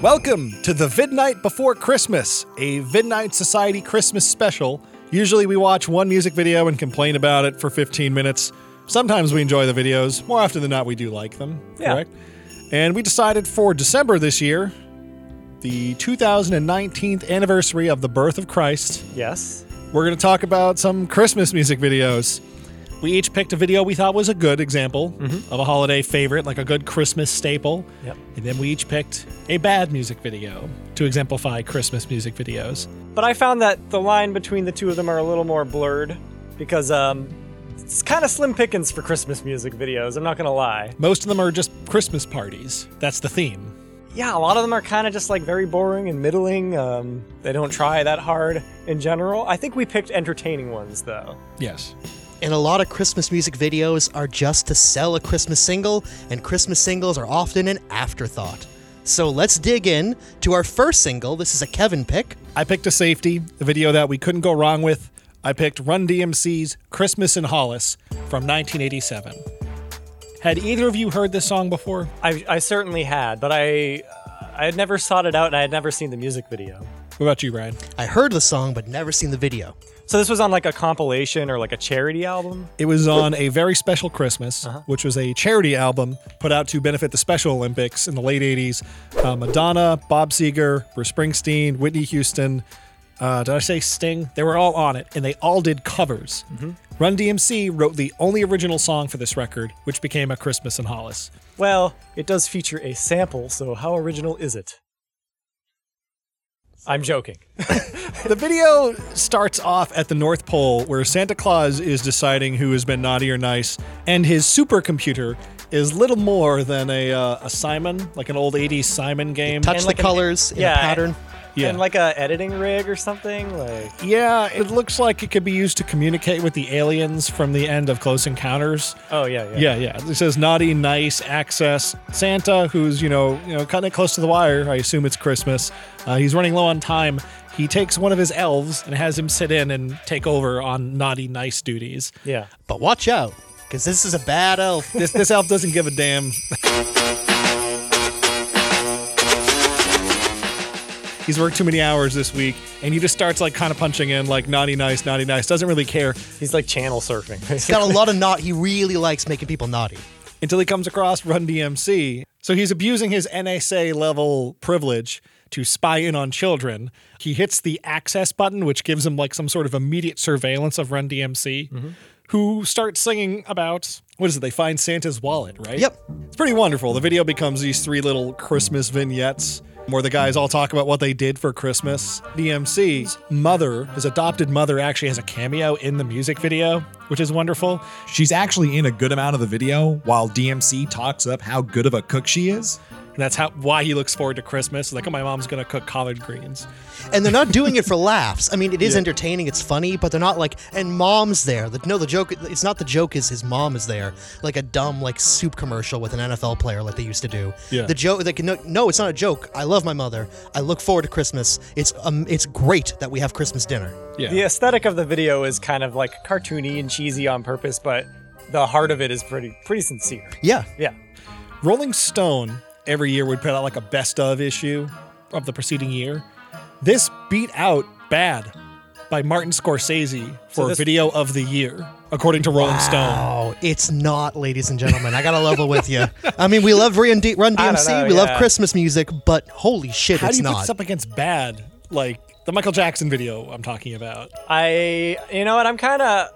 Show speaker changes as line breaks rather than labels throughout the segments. Welcome to the Vidnight Before Christmas, a Vidnight Society Christmas special. Usually we watch one music video and complain about it for 15 minutes. Sometimes we enjoy the videos. More often than not, we do like them.
Yeah.
Correct? And we decided for December this year, the 2019th anniversary of the birth of Christ,
Yes.
we're going to talk about some Christmas music videos. We each picked a video we thought was a good example of a holiday favorite, like a good Christmas staple.
Yep.
And then we each picked a bad music video to exemplify Christmas music videos.
But I found that the line between the two of them are a little more blurred because um, it's kind of slim pickings for Christmas music videos. I'm not gonna lie.
Most of them are just Christmas parties. That's the theme.
Yeah, a lot of them are kind of just like very boring and middling. Um, they don't try that hard in general. I think we picked entertaining ones though.
Yes.
And a lot of Christmas music videos are just to sell a Christmas single, and Christmas singles are often an afterthought. So let's dig in to our first single. This is a Kevin pick.
I picked a safety, a video that we couldn't go wrong with. I picked Run DMC's Christmas in Hollis from 1987. Had either of you heard this song before?
I, I certainly had, but I I had never sought it out and I had never seen the music video.
What about you, Brian?
I heard the song but never seen the video.
So this was on like a compilation or like a charity album.
It was on a very special Christmas, which was a charity album put out to benefit the Special Olympics in the late '80s. Uh, Madonna, Bob Seger, Bruce Springsteen, Whitney Houston. Uh, did I say Sting? They were all on it, and they all did covers. Run DMC wrote the only original song for this record, which became a Christmas in Hollis.
Well, it does feature a sample, so how original is it? I'm joking.
The video starts off at the North Pole where Santa Claus is deciding who has been naughty or nice, and his supercomputer is little more than a, uh, a Simon, like an old 80s Simon game.
Touch the
like an-
colors in
yeah,
a pattern.
Yeah.
And like a editing rig or something. Like
Yeah, it looks like it could be used to communicate with the aliens from the end of Close Encounters.
oh yeah,
Yeah,
yeah.
yeah. It says naughty, nice, access. Santa, who's you know, you know, kind of close to the wire. I assume it's Christmas. Uh, he's running low on time. He takes one of his elves and has him sit in and take over on naughty, nice duties.
Yeah.
But watch out, because this is a bad elf.
This this elf doesn't give a damn. He's worked too many hours this week, and he just starts like kind of punching in, like naughty, nice, naughty, nice. Doesn't really care.
He's like channel surfing.
He's got a lot of naught. He really likes making people naughty.
until he comes across Run DMC. So he's abusing his NSA level privilege to spy in on children. He hits the access button, which gives him like some sort of immediate surveillance of Run DMC, who starts singing about what is it? They find Santa's wallet, right?
Yep.
It's pretty wonderful. The video becomes these three little Christmas vignettes where the guys all talk about what they did for Christmas. DMC's mother, his adopted mother, actually has a cameo in the music video, which is wonderful.
She's actually in a good amount of the video while DMC talks up how good of a cook she is.
And that's how why he looks forward to Christmas. Like, oh, my mom's gonna cook collard greens.
And they're not doing it for laughs. I mean, it is entertaining, it's funny, but they're not like, and mom's there. The, no, the joke, it's not the joke is his mom is there, like a dumb, like, soup commercial with an NFL player like they used to do.
Yeah.
The joke, like, no, no, it's not a joke. I love my mother. I look forward to Christmas. It's, um, it's great that we have Christmas dinner.
Yeah.
the aesthetic of the video is kind of like cartoony and cheesy on purpose, but the heart of it is pretty pretty sincere.
Yeah.
Yeah.
Rolling Stone every year would put out like a best of issue of the preceding year. This beat out Bad by Martin Scorsese for
this-
video of the year, according to Rolling Stone.
Oh, it's not, ladies and gentlemen. I gotta level with you. I mean, we love Run, D- Run
I don't
DMC,
know,
we
yeah.
love Christmas music, but holy shit,
How
it's
do you put
not.
this up against Bad? Like the Michael Jackson video I'm talking about.
I you know what I'm kinda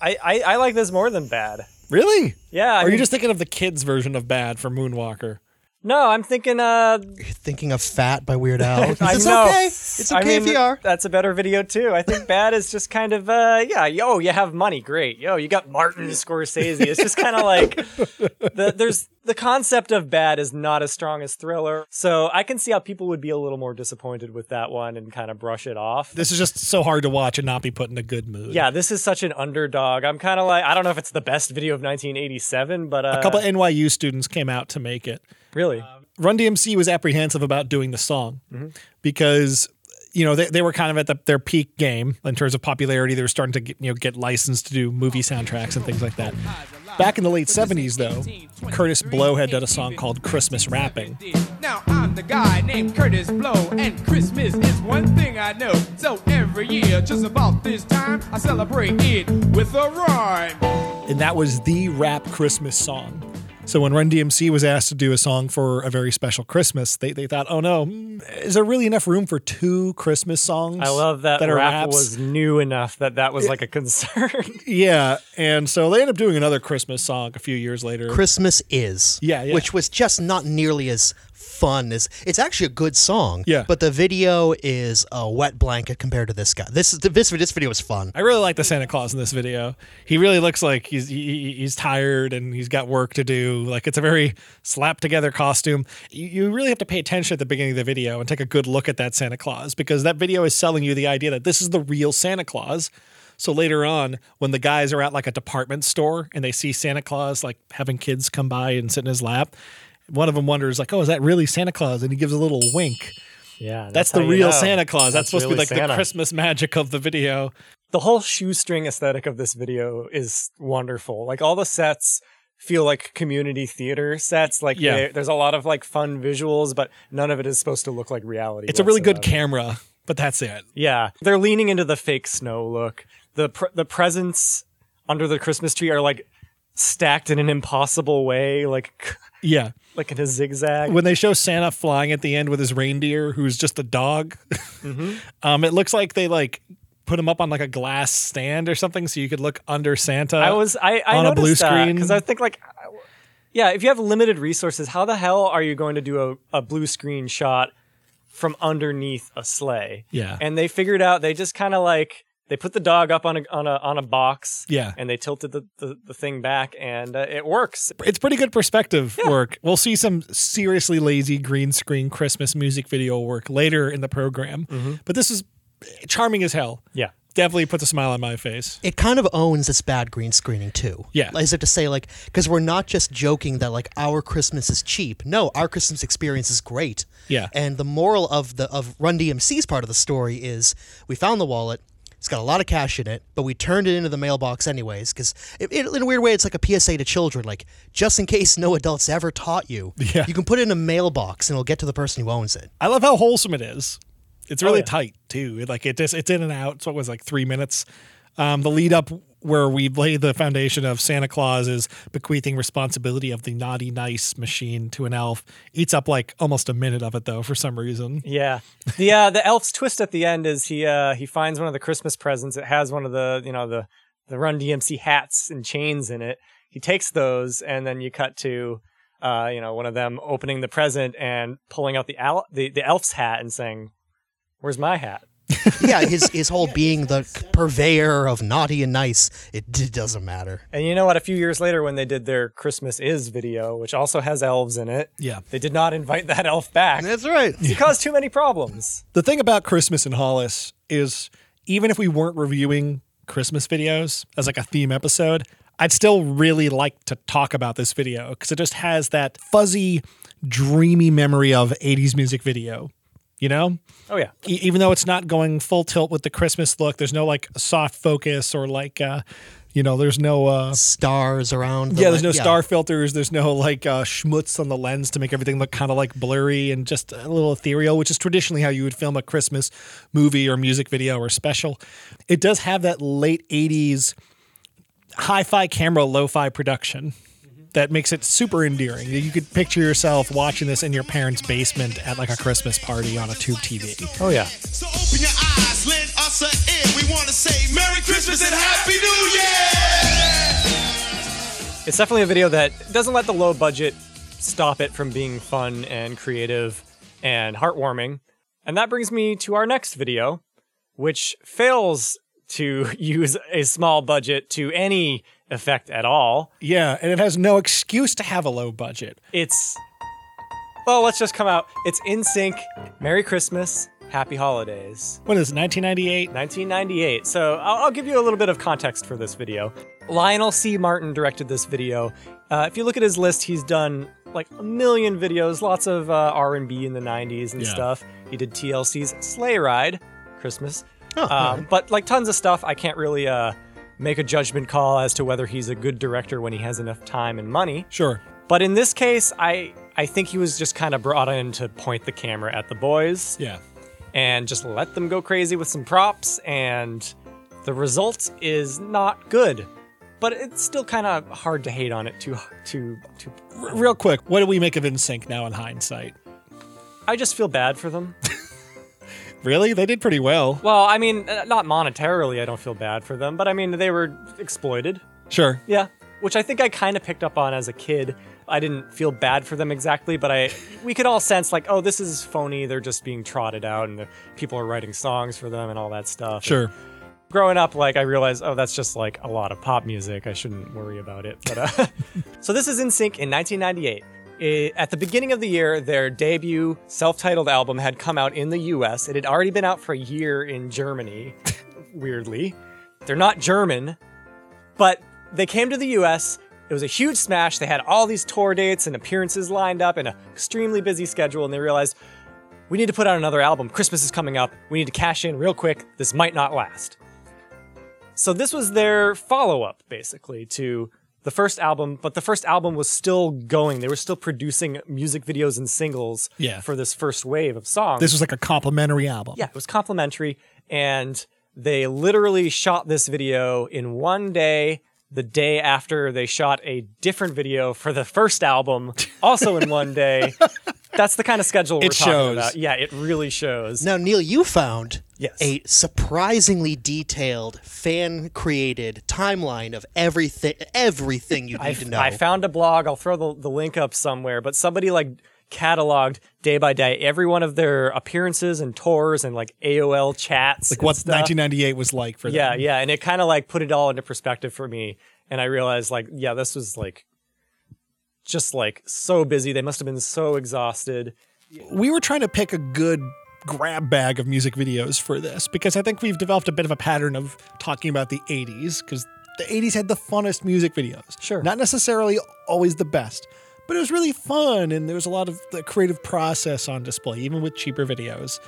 I, I, I like this more than bad.
Really?
Yeah,
Or
I
are you
mean-
just thinking of the kids' version of Bad for Moonwalker?
No, I'm thinking uh
You're thinking of Fat by Weird Al.
I
it's
know.
okay. It's okay
I mean,
if you are.
That's a better video too. I think bad is just kind of uh yeah, yo, you have money, great. Yo, you got Martin Scorsese. It's just kind of like the there's the concept of bad is not as strong as thriller. So I can see how people would be a little more disappointed with that one and kind of brush it off.
This is just so hard to watch and not be put in a good mood.
yeah, this is such an underdog. I'm kind of like I don't know if it's the best video of 1987, but uh,
A couple Um, NYU students came out to make it.
really
Run DMC was apprehensive about doing the song
Mm-hmm.
because you know they, they were kind of at the, their peak game in terms of popularity. They were starting to get, you know get licensed to do movie soundtracks and things like that. Back in the late '70s, though, Curtis Blow had done a song called "Christmas Rapping,"
Now I'm with a guy named Curtis Blow, and Christmas is one thing I know. So every year, just about this time, I celebrate it with a rhyme.
and that was the rap Christmas song. So when Run DMC was asked to do a song for a very special Christmas, they, they thought, oh no, mm, is there really enough room for two Christmas songs?
I love that,
are
rap
raps?
was new enough that that was like a concern.
Yeah, and so they ended up doing another Christmas song a few years later.
Christmas is.
Yeah, yeah.
Which was just not nearly as fun as it's actually a good song.
Yeah.
But the video is a wet blanket compared to this guy. This is this this video is fun.
I really like the Santa Claus in this video. He really looks like he's he, he's tired and he's got work to do. Like it's a very slapped together costume. You, you really have to pay attention at the beginning of the video and take a good look at that Santa Claus because that video is selling you the idea that this is the real Santa Claus. So later on, when the guys are at like a department store and they see Santa Claus like having kids come by and sit in his lap, one of them wonders like, "Oh, is that really Santa Claus?" And he gives a little wink.
Yeah,
That's,
how
the
you
real
know.
Santa Claus. That's, supposed
That's
to
really
be like the
Santa.
Christmas magic of the video.
the whole shoestring aesthetic of this video is wonderful. Like all the sets feel like community theater sets. Like
Yeah.
they- there's a lot of like fun visuals, but none of it is supposed to look like reality.
It's a really good
whatsoever.
camera, but that's it.
Yeah, they're leaning into the fake snow look. The pr- the presents under the Christmas tree are like stacked in an impossible way, like
Yeah.
like in a zigzag.
When they show Santa flying at the end with his reindeer, who's just a dog,
Mm-hmm.
um, it looks like they like put him up on like a glass stand or something so you could look under Santa.
I was I, I
Uh, on a
noticed
blue screen.
because I think like, I- yeah, if you have limited resources, how the hell are you going to do a, a blue screen shot from underneath a sleigh?
Yeah.
and they figured out they just kind of like they put the dog up on a on a on a box.
Yeah.
and they tilted the the, the thing back, and uh, it works.
it's pretty good perspective work. We'll see some seriously lazy green screen Christmas music video work later in the program,
Mm-hmm.
but this is charming as hell.
Yeah.
Definitely puts a smile on my face.
It kind of owns this bad green screening too.
Yeah.
As if to say, like, because we're not just joking that like our Christmas is cheap. No, our Christmas experience is great.
Yeah.
And the moral of the of Run DMC's part of the story is we found the wallet. It's got a lot of cash in it, but we turned it into the mailbox anyways because it, it, in a weird way, it's like a PSA to children. Like, just in case no adults ever taught you,
Yeah.
you can put it in a mailbox and it'll get to the person who owns it.
I love how wholesome it is. It's really
yeah.
tight too. It, Like it just it's in and out. So it was like three minutes. Um, the lead up where we lay the foundation of Santa Claus is bequeathing responsibility of the naughty nice machine to an elf. Eats up like almost a minute of it though for some reason.
Yeah. The uh, the elf's twist at the end is he uh he finds one of the Christmas presents. It has one of the you know the the Run DMC hats and chains in it. He takes those, and then you cut to uh you know one of them opening the present and pulling out the al- the the elf's hat and saying, "Where's my hat?"
yeah, his his whole being the purveyor of naughty and nice, it d- doesn't matter.
And you know what? A few years later, when they did their Christmas is video, which also has elves in it,
Yeah.
they did not invite that elf back. It
right.
caused too many problems.
The thing about Christmas in Hollis is even if we weren't reviewing Christmas videos as like a theme episode, I'd still really like to talk about this video because it just has that fuzzy, dreamy memory of 80s music video. You know,
Oh yeah.
e- even though it's not going full tilt with the Christmas look, there's no like soft focus or like, uh, you know, there's no. Uh,
Stars around. The
yeah, there's no
lin-
star filters. There's no like uh, schmutz on the lens to make everything look kind of like blurry and just a little ethereal, which is traditionally how you would film a Christmas movie or music video or special. It does have that late 80s hi fi camera, lo fi production that makes it super endearing. You could picture yourself watching this in your parents' basement at like a Christmas party on a tube TV.
Oh yeah.
So open your eyes, lend us an ear. We want to say Merry Christmas and Happy New Year!
It's definitely a video that doesn't let the low budget stop it from being fun and creative and heartwarming. And that brings me to our next video, which fails to use a small budget to any effect at all.
Yeah, and it has no excuse to have a low budget.
It's well, let's just come out. It's in sync. Merry Christmas, Happy Holidays.
What is it, 1998?
1998. So I'll, I'll give you a little bit of context for this video. Lionel C. Martin directed this video. Uh, if you look at his list, he's done like a million videos, lots of uh, R&B in the 90s and
Yeah.
stuff. He did TLC's Sleigh Ride, Christmas, um, but like tons of stuff. I can't really uh, make a judgment call as to whether he's a good director when he has enough time and money.
Sure.
But in this case, I I think he was just kind of brought in to point the camera at the boys
Yeah.
and just let them go crazy with some props, and the result is not good. But it's still kind of hard to hate on it too. Too. Too.
R- real quick, what do we make of InSync now in hindsight?
I just feel bad for them.
Really? They did pretty well.
Well, I mean, uh, not monetarily, I don't feel bad for them, but I mean, they were exploited.
Sure.
Yeah, which I think I kind of picked up on as a kid. I didn't feel bad for them exactly, but I we could all sense like, oh, this is phony. They're just being trotted out, and the people are writing songs for them and all that stuff.
Sure.
Growing up, like I realized, oh, that's just like a lot of pop music. I shouldn't worry about it. But uh, so this is in sync in 1998. I- at the beginning of the year, their debut self-titled album had come out in the U.S. It had already been out for a year in Germany. weirdly, they're not German, but they came to the US. It was a huge smash. They had all these tour dates and appearances lined up and an extremely busy schedule, and they realized we need to put out another album. Christmas is coming up. We need to cash in real quick. This might not last. So, this was their follow up, basically, to the first album, but the first album was still going. They were still producing music videos and singles
Yeah.
for this first wave of songs.
This was like a complimentary album.
Yeah, it was complimentary. And they literally shot this video in one day, the day after they shot a different video for the first album, also in one day. That's the kind of schedule we're
It
talking
shows.
about. Yeah, it really shows.
Now, Neil, you found
Yes.
a surprisingly detailed, fan-created timeline of everything, everything you need
I,
to know.
I found a blog. I'll throw the, the link up somewhere, but somebody like cataloged day by day every one of their appearances and tours and like AOL chats.
Like
and
what
stuff.
1998 was like for them.
Yeah, yeah, and it kind of like put it all into perspective for me, and I realized like, yeah, this was like just like so busy. They must have been so exhausted.
we were trying to pick a good grab bag of music videos for this because I think we've developed a bit of a pattern of talking about the 80s because the 80s had the funnest music videos.
Sure.
Not necessarily always the best, but it was really fun and there was a lot of the creative process on display, even with cheaper videos.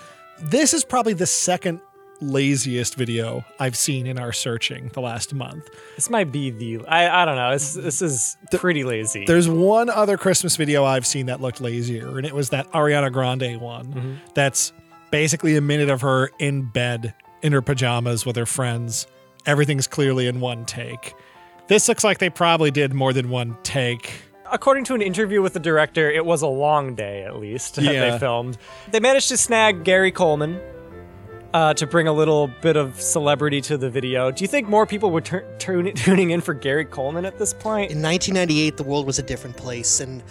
This is probably the second laziest video I've seen in our searching the last month.
This might be the I I don't know. This this is pretty lazy.
There's one other Christmas video I've seen that looked lazier, and it was that Ariana Grande one. That's basically a minute of her in bed in her pajamas with her friends. Everything's clearly in one take. This looks like they probably did more than one take.
According to an interview with the director, it was a long day at least that
Yeah.
they filmed. They managed to snag Gary Coleman. Uh, to bring a little bit of celebrity to the video, do you think more people were tur- tune- tuning in for Gary Coleman at this point?
in 1998, the world was a different place, and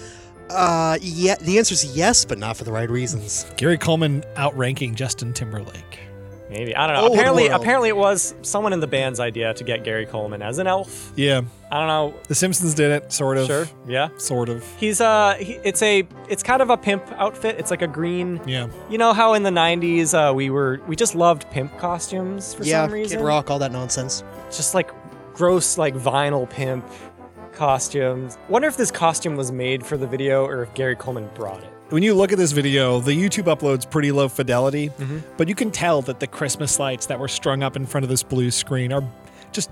uh, yeah, the answer is yes, but not for the right reasons.
Gary Coleman outranking Justin Timberlake.
Maybe I don't know.
Old
apparently,
world.
apparently it was someone in the band's idea to get Gary Coleman as an elf.
Yeah,
I don't know.
The Simpsons did it, sort of.
Sure. Yeah.
Sort of.
He's uh, he, it's a, it's kind of a pimp outfit. It's like a green.
Yeah.
You know how in the '90s uh, we were, we just loved pimp costumes for
yeah,
some reason.
Kid Rock, all that nonsense.
Just like gross, like vinyl pimp costumes. Wonder if this costume was made for the video or if Gary Coleman brought it.
When you look at this video, the YouTube upload's pretty low fidelity,
Mm-hmm.
but you can tell that the Christmas lights that were strung up in front of this blue screen are just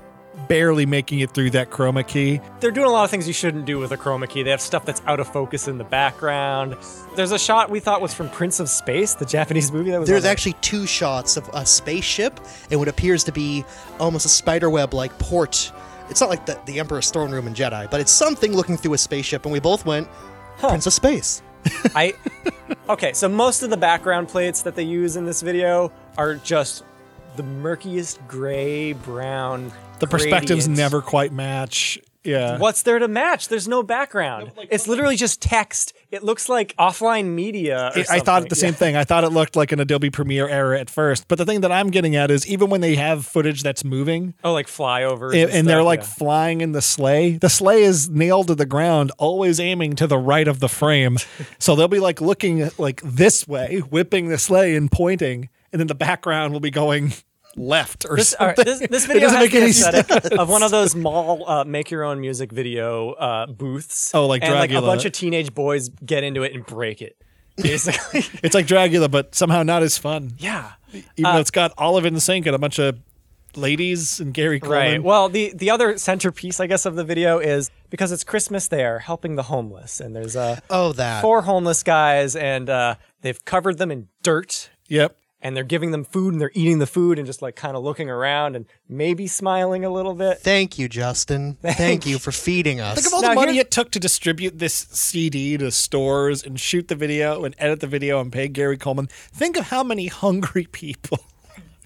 barely making it through that chroma key.
they're doing a lot of things you shouldn't do with a chroma key. They have stuff that's out of focus in the background. There's a shot we thought was from Prince of Space, the Japanese movie that was.
There's
on-
actually two shots of a spaceship and what appears to be almost a spiderweb like port. It's not like the, the Emperor's throne room in Jedi, but it's something looking through a spaceship, and we both went, Prince of Space.
I. Okay, so most of the background plates that they use in this video are just the murkiest gray brown.
The perspectives
gradients.
never quite match. Yeah.
What's there to match? There's no background. it's literally just text. It looks like offline media. or
I- I thought
something.
the same thing. I thought it looked like an Adobe Premiere era at first. But the thing that I'm getting at is even when they have footage that's moving
Yeah. Oh, like flyovers.
and, and they're
stuff,
like
yeah.
flying in the sleigh, the sleigh is nailed to the ground, always aiming to the right of the frame. so they'll be like looking like this way, whipping the sleigh and pointing, and then the background will be going left or
This, all right,
something.
this, this
It
video
doesn't
has
make
the
any
aesthetic of one of those mall uh, make your own music video uh, booths.
Oh, like
and like a
Dragula.
bunch of teenage boys get into it and break it, basically.
It's like Dragula, but somehow not as fun.
yeah,
uh, Even though it's got Olive and Sync and a bunch of ladies and Gary Coleman.
Right. Well, the the other centerpiece, I guess, of the video is because it's Christmas. They are helping the homeless, and there's uh,
Oh, that.
four homeless guys, and uh, they've covered them in dirt,
yep.
and they're giving them food, and they're eating the food, and just like kind of looking around, and maybe smiling a little bit.
Thank you, Justin. Thank you for feeding us.
Think of all the
Now,
money
here-
it took to distribute this CD to stores and shoot the video and edit the video and pay Gary Coleman. Think of how many hungry people.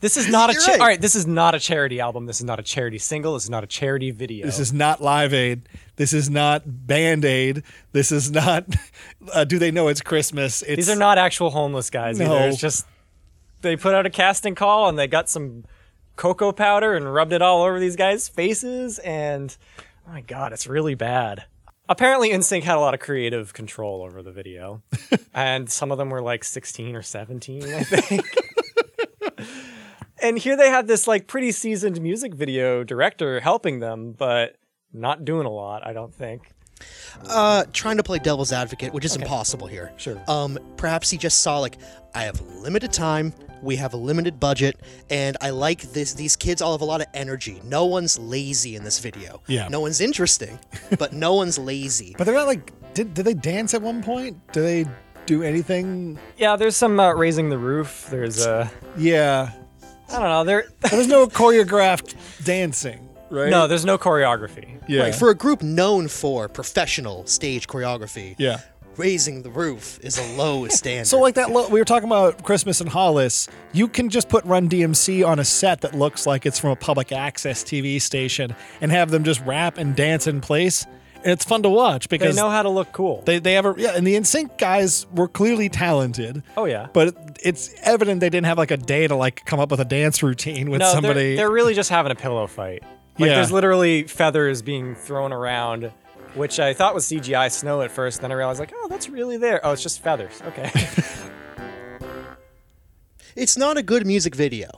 This is not a
You're
cha-
right.
all right. This is not a charity album. This is not a charity single. This is not a charity video.
This is not Live Aid. This is not Band Aid. This is not. Uh, do they know it's Christmas? It's,
These are not actual homeless guys
No.
either. It's just they put out a casting call and they got some cocoa powder and rubbed it all over these guys' faces and oh my god, it's really bad. Apparently Insync had a lot of creative control over the video. and some of them were like 16 or 17, I think. and here they had this like pretty seasoned music video director helping them, but not doing a lot, I don't think.
uh, trying to play devil's advocate, which is impossible here. Sure. Um, perhaps he just saw like I have limited time, we have a limited budget, and I like this. These kids all have a lot of energy. No one's lazy in this video.
Yeah.
No one's interesting, but no one's lazy.
But they're not like. Did did they dance at one point? Do they do anything?
Yeah, there's some uh, raising the roof. There's uh
Yeah.
I don't know. There
There's no choreographed dancing, right?
No, there's no choreography.
Yeah.
Right, for a group known for professional stage choreography,
yeah.
raising the roof is a low standard.
So like that, lo- we were talking about Christmas and Hollis. You can just put Run DMC on a set that looks like it's from a public access TV station and have them just rap and dance in place, and it's fun to watch
They
because
know how to look cool.
they they have a yeah. And the NSYNC guys were clearly talented.
Oh, yeah.
but it's evident they didn't have like a day to like come up with a dance routine with
no, they're-
somebody.
They're, really just having a pillow fight. Like
Yeah.
there's literally feathers being thrown around, which I thought was CGI snow at first. Then I realized like, oh, that's really there. Oh, it's just feathers. Okay.
it's not a good music video.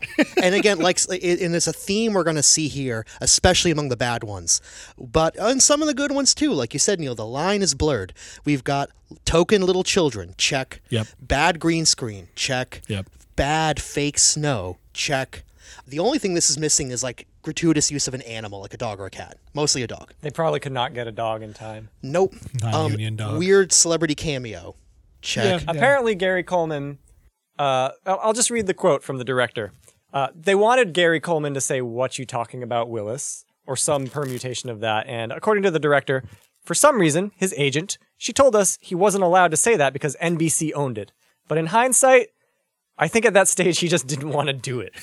and again, like, s- i- and it's a theme we're going to see here, especially among the bad ones. But on some of the good ones too, like you said, Neil, the line is blurred. We've got token little children, check.
Yep.
Bad green screen, check.
Yep.
Bad fake snow, check. The only thing this is missing is like gratuitous use of an animal, like a dog or a cat, mostly a dog.
they probably could not get a dog in time.
Nope. Um,
Non-union dog.
Weird celebrity cameo, check.
Apparently, Gary Coleman. Uh, I'll I'll just read the quote from the director. Uh, they wanted Gary Coleman to say "What you talking about, Willis?" or some permutation of that. And according to the director, for some reason, his agent, she told us he wasn't allowed to say that because NBC owned it. But in hindsight, I think at that stage he just didn't want to do it.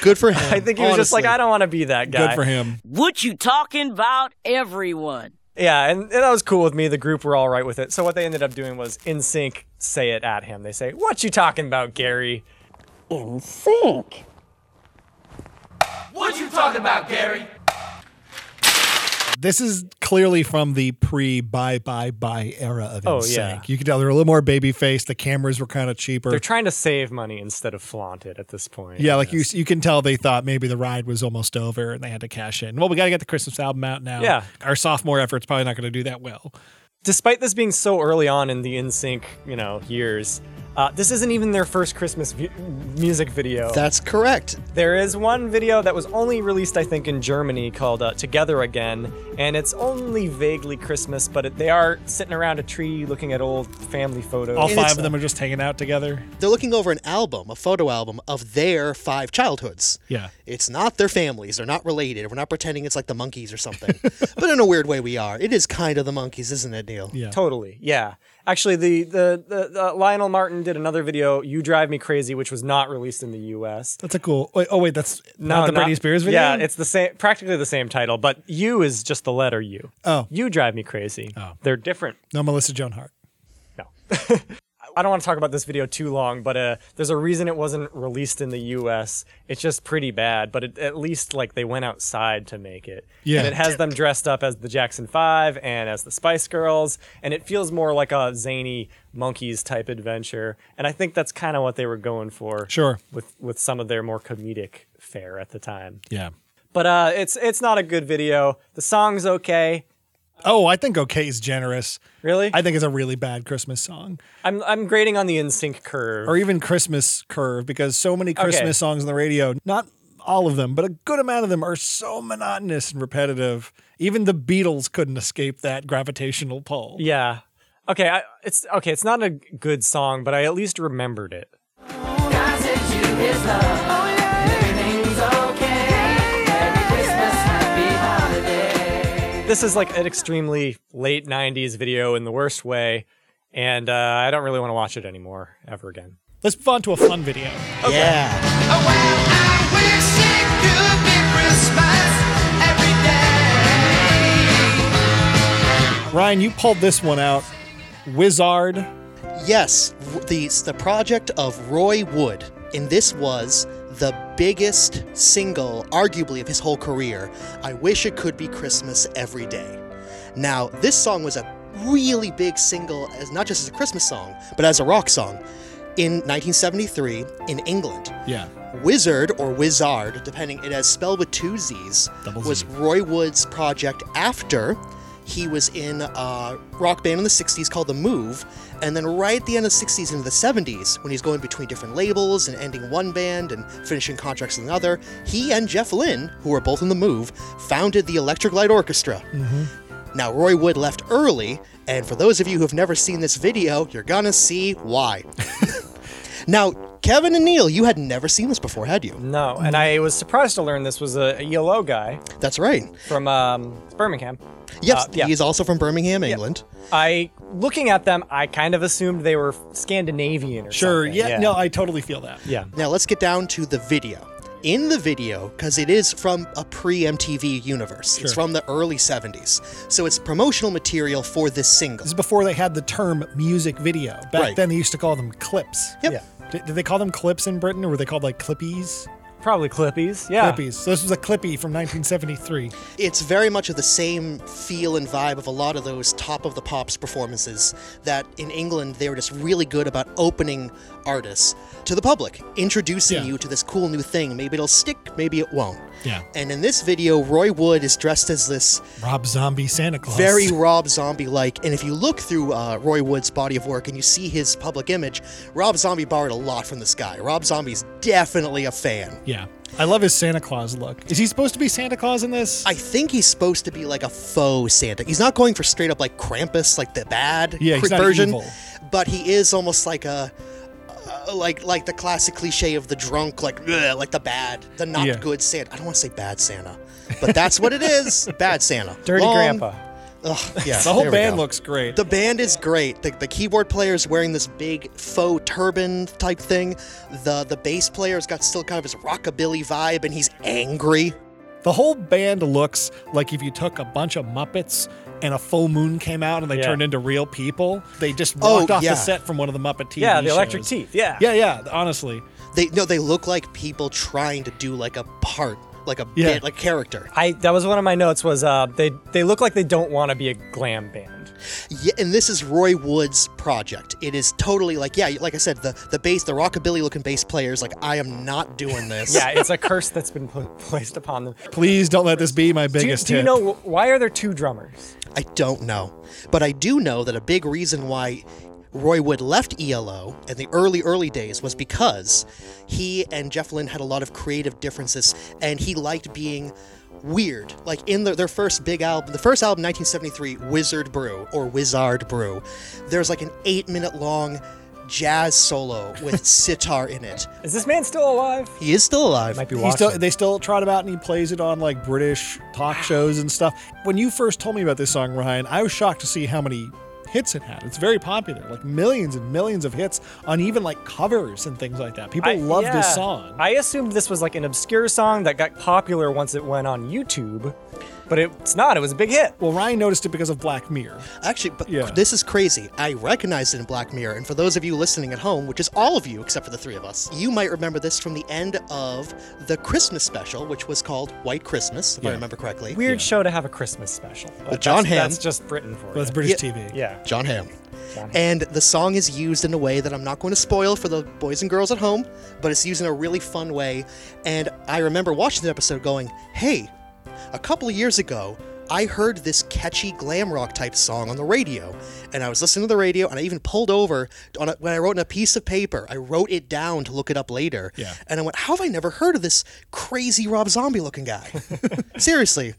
Good for him.
I think he was just like,
honestly.
I don't want to be that guy.
good for him.
What you talking about, everyone?
Yeah, and, and that was cool with me. The group were all right with it. So what they ended up doing was in sync say it at him. They say, "What you talking about, Gary?"
in sync.
What you talking about, Gary?
This is clearly from the pre bye bye bye era of
Oh,
NSYNC.
yeah.
You could tell they're a little more baby faced. The cameras were kind of cheaper.
They're trying to save money instead of flaunt it at this point.
yeah, like you you can tell they thought maybe the ride was almost over and they had to cash in. Well, we got to get the Christmas album out now.
Yeah.
Our sophomore effort's probably not going to do that well.
Despite this being so early on in the InSync, you know, years, uh, this isn't even their first Christmas vi- music video.
That's correct.
there is one video that was only released, I think, in Germany called uh, "Together Again," and it's only vaguely Christmas, but it, they are sitting around a tree looking at old family photos.
All
And
five
it's-
of them are just hanging out together.
they're looking over an album, a photo album of their five childhoods.
Yeah.
It's not their families. They're not related. We're not pretending it's like the monkeys or something. but in a weird way, we are. It is kind of the monkeys, isn't it, Neil?
Yeah.
Totally. Yeah. Actually, the the, the the Lionel Martin did another video, "You Drive Me Crazy," which was not released in the U.S.
That's a cool. Wait, oh wait, that's not the Britney Spears video.
Yeah, it's the same, practically the same title, but "You" is just the letter "U."
Oh.
"You Drive Me Crazy." Oh. They're different.
no Melissa Joan Hart.
No. I don't want to talk about this video too long, but uh, there's a reason it wasn't released in the U.S. It's just pretty bad, but it, at least like they went outside to make it.
Yeah.
And it has them dressed up as the Jackson Five and as the Spice Girls, and it feels more like a zany monkeys type adventure. And I think that's kind of what they were going for.
Sure.
With with some of their more comedic fare at the time,
Yeah.
but uh, it's it's not a good video. The song's okay.
Oh, I think "Okay" is generous.
Really?
I think it's a really bad Christmas song,
I'm I'm grading on the in sync curve.
or even Christmas curve, because so many Christmas songs on the radio not all of them, but a good amount of them are so monotonous and repetitive. Even the Beatles couldn't escape that gravitational pull.
Yeah. Okay, I, it's okay. It's not a good song, but I at least remembered it. This is like an extremely late '90s video in the worst way, and uh, I don't really want to watch it anymore ever again.
Let's move on to a fun video.
Yeah.
Ryan, you pulled this one out. Wizard.
Yes, w- the the project of Roy Wood, and this was the biggest single, arguably, of his whole career. I wish it could be Christmas every day. Now, this song was a really big single, as not just as a Christmas song, but as a rock song, in 1973 in England.
Yeah.
Wizard or Wizard, depending, it has spelled with two Z's, was Roy Wood's project after he was in a rock band in the 60s called The Move. And then right at the end of the 60s into the 70s, when he's going between different labels and ending one band and finishing contracts with another, he and Jeff Lynne, who were both in The Move, founded the Electric Light Orchestra. Now, Roy Wood left early, and for those of you who have never seen this video, you're gonna see why. now, Kevin and Neil, you had never seen this before, had you?
No, and I was surprised to learn this was a, a ELO guy
That's right.
from um, Birmingham.
Yes,
Uh, yeah.
he's also from Birmingham, England.
I looking at them, I kind of assumed they were Scandinavian or
Sure.
something.
Yeah, No, I totally feel that.
yeah.
Now let's get down to the video. In the video, because it is from a pre MTV universe, it's from the early 70s. So it's promotional material for this single.
This is before they had the term music video. Back
Right.
then, they used to call them clips.
Yep.
Did, did they call them clips in Britain, or were they called like clippies?
Probably Clippies.
Ah.
Yeah.
Clippies. So this was a clippy from 1973.
It's very much of the same feel and vibe of a lot of those top of the pops performances that in England they were just really good about opening artists to the public, introducing
Yeah.
you to this cool new thing. Maybe it'll stick, maybe it won't.
Yeah.
And in this video, Roy Wood is dressed as this
Rob Zombie Santa Claus.
very Rob Zombie like. And if you look through uh, Roy Wood's body of work and you see his public image, Rob Zombie borrowed a lot from this guy. Rob Zombie's definitely a fan.
Yeah. I love his Santa Claus look. Is he supposed to be Santa Claus in this?
I think he's supposed to be like a faux Santa. He's not going for straight up like Krampus, like the bad
Yeah,
cr-
he's not
version,
evil.
but he is almost like a. uh, Like like the classic cliche of the drunk, like "Ugh," like the bad, the not
Yeah.
good Santa. I don't want to say bad Santa, but that's what it is. Bad Santa,
Dirty
Long-
Grandpa.
Ugh, yeah,
the whole
there we
band
go.
looks great.
The band is great. The, the keyboard player is wearing this big faux turban type thing. The the bass player's got still kind of his rockabilly vibe, and he's angry.
The whole band looks like if you took a bunch of Muppets and a full moon came out and they
Yeah.
turned into real people. They just
Oh,
walked off
yeah.
the set from one of the Muppet TV
Yeah, the electric
shows.
teeth. Yeah.
Yeah, yeah, honestly.
They no, they look like people trying to do like a part, like a
Yeah.
bit, like character.
I that was one of my notes was uh they they look like they don't want to be a glam band.
Yeah, and this is Roy Wood's project. It is totally like yeah, like I said, the the bass, the rockabilly looking bass player is like, I am not doing this.
Yeah, it's a curse that's been pl- placed upon them.
Please don't let this be my
Do, you-
biggest
do you
hit.
know wh- why are there two drummers?
I don't know. But I do know that a big reason why Roy Wood left ELO in the early, early days was because he and Jeff Lynne had a lot of creative differences and he liked being weird. Like in their, their first big album, the first album, 1973, Wizard Brew or Wizard Brew, there's like an eight minute long jazz solo with sitar in it.
Is this man still alive?
He is still alive.
Might be
He
watching.
still, they still trot about and he plays it on like British talk shows and stuff. When you first told me about this song, Ryan, I was shocked to see how many hits it had. It's very popular, like millions and millions of hits on even like covers and things like that. People love
yeah.
this song.
I assumed this was like an obscure song that got popular once it went on YouTube, but it, it's not. It was a big hit.
well, Ryan noticed it because of Black Mirror.
Actually, but
Yeah.
this is crazy. I recognized it in Black Mirror, and for those of you listening at home, which is all of you except for the three of us, you might remember this from the end of the Christmas special, which was called White Christmas, if I remember correctly.
Weird show to have a Christmas special. but
With John
that's,
Hamm.
That's just Britain for
But that's
you.
British
Uh, Yeah.
TV.
yeah.
John Hamm. And the song is used in a way that I'm not going to spoil for the boys and girls at home, but it's used in a really fun way. And I remember watching the episode going, hey, a couple of years ago, I heard this catchy glam rock type song on the radio, and I was listening to the radio, and I even pulled over on a, when I wrote on a piece of paper. I wrote it down to look it up later.
Yeah.
And I went, how have I never heard of this crazy Rob Zombie looking guy? Seriously,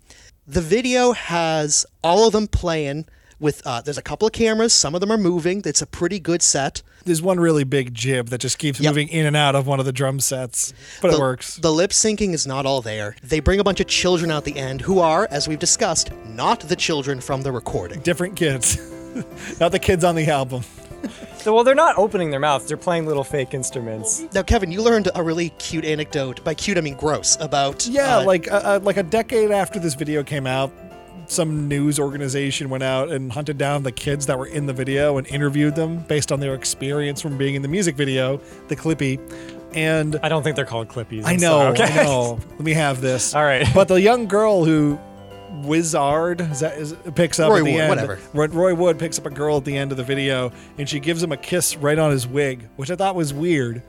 the video has all of them playing. With uh, there's a couple of cameras, some of them are moving. It's a pretty good set.
There's one really big jib that just keeps
Yep.
moving in and out of one of the drum sets, but it
the-
works.
The lip syncing is not all there. They bring a bunch of children out the end who are, as we've discussed, not the children from the recording.
Different kids, not the kids on the album.
So, well, they're not opening their mouths; they're playing little fake instruments.
Now, Kevin, you learned a really cute anecdote. By cute, I mean gross. About
Yeah,
uh,
like uh, uh, like a decade after this video came out, some news organization went out and hunted down the kids that were in the video and interviewed them based on their experience from being in the music video, the Clippy, and
I don't think they're called Clippies.
I
I'm
know,
sorry, okay?
I know. Let me have this.
All right.
But the young girl who Wizard is that, is, picks up
Roy
at the
Wood,
end.
whatever.
Roy, Roy Wood picks up a girl at the end of the video, and she gives him a kiss right on his wig, which I thought was weird.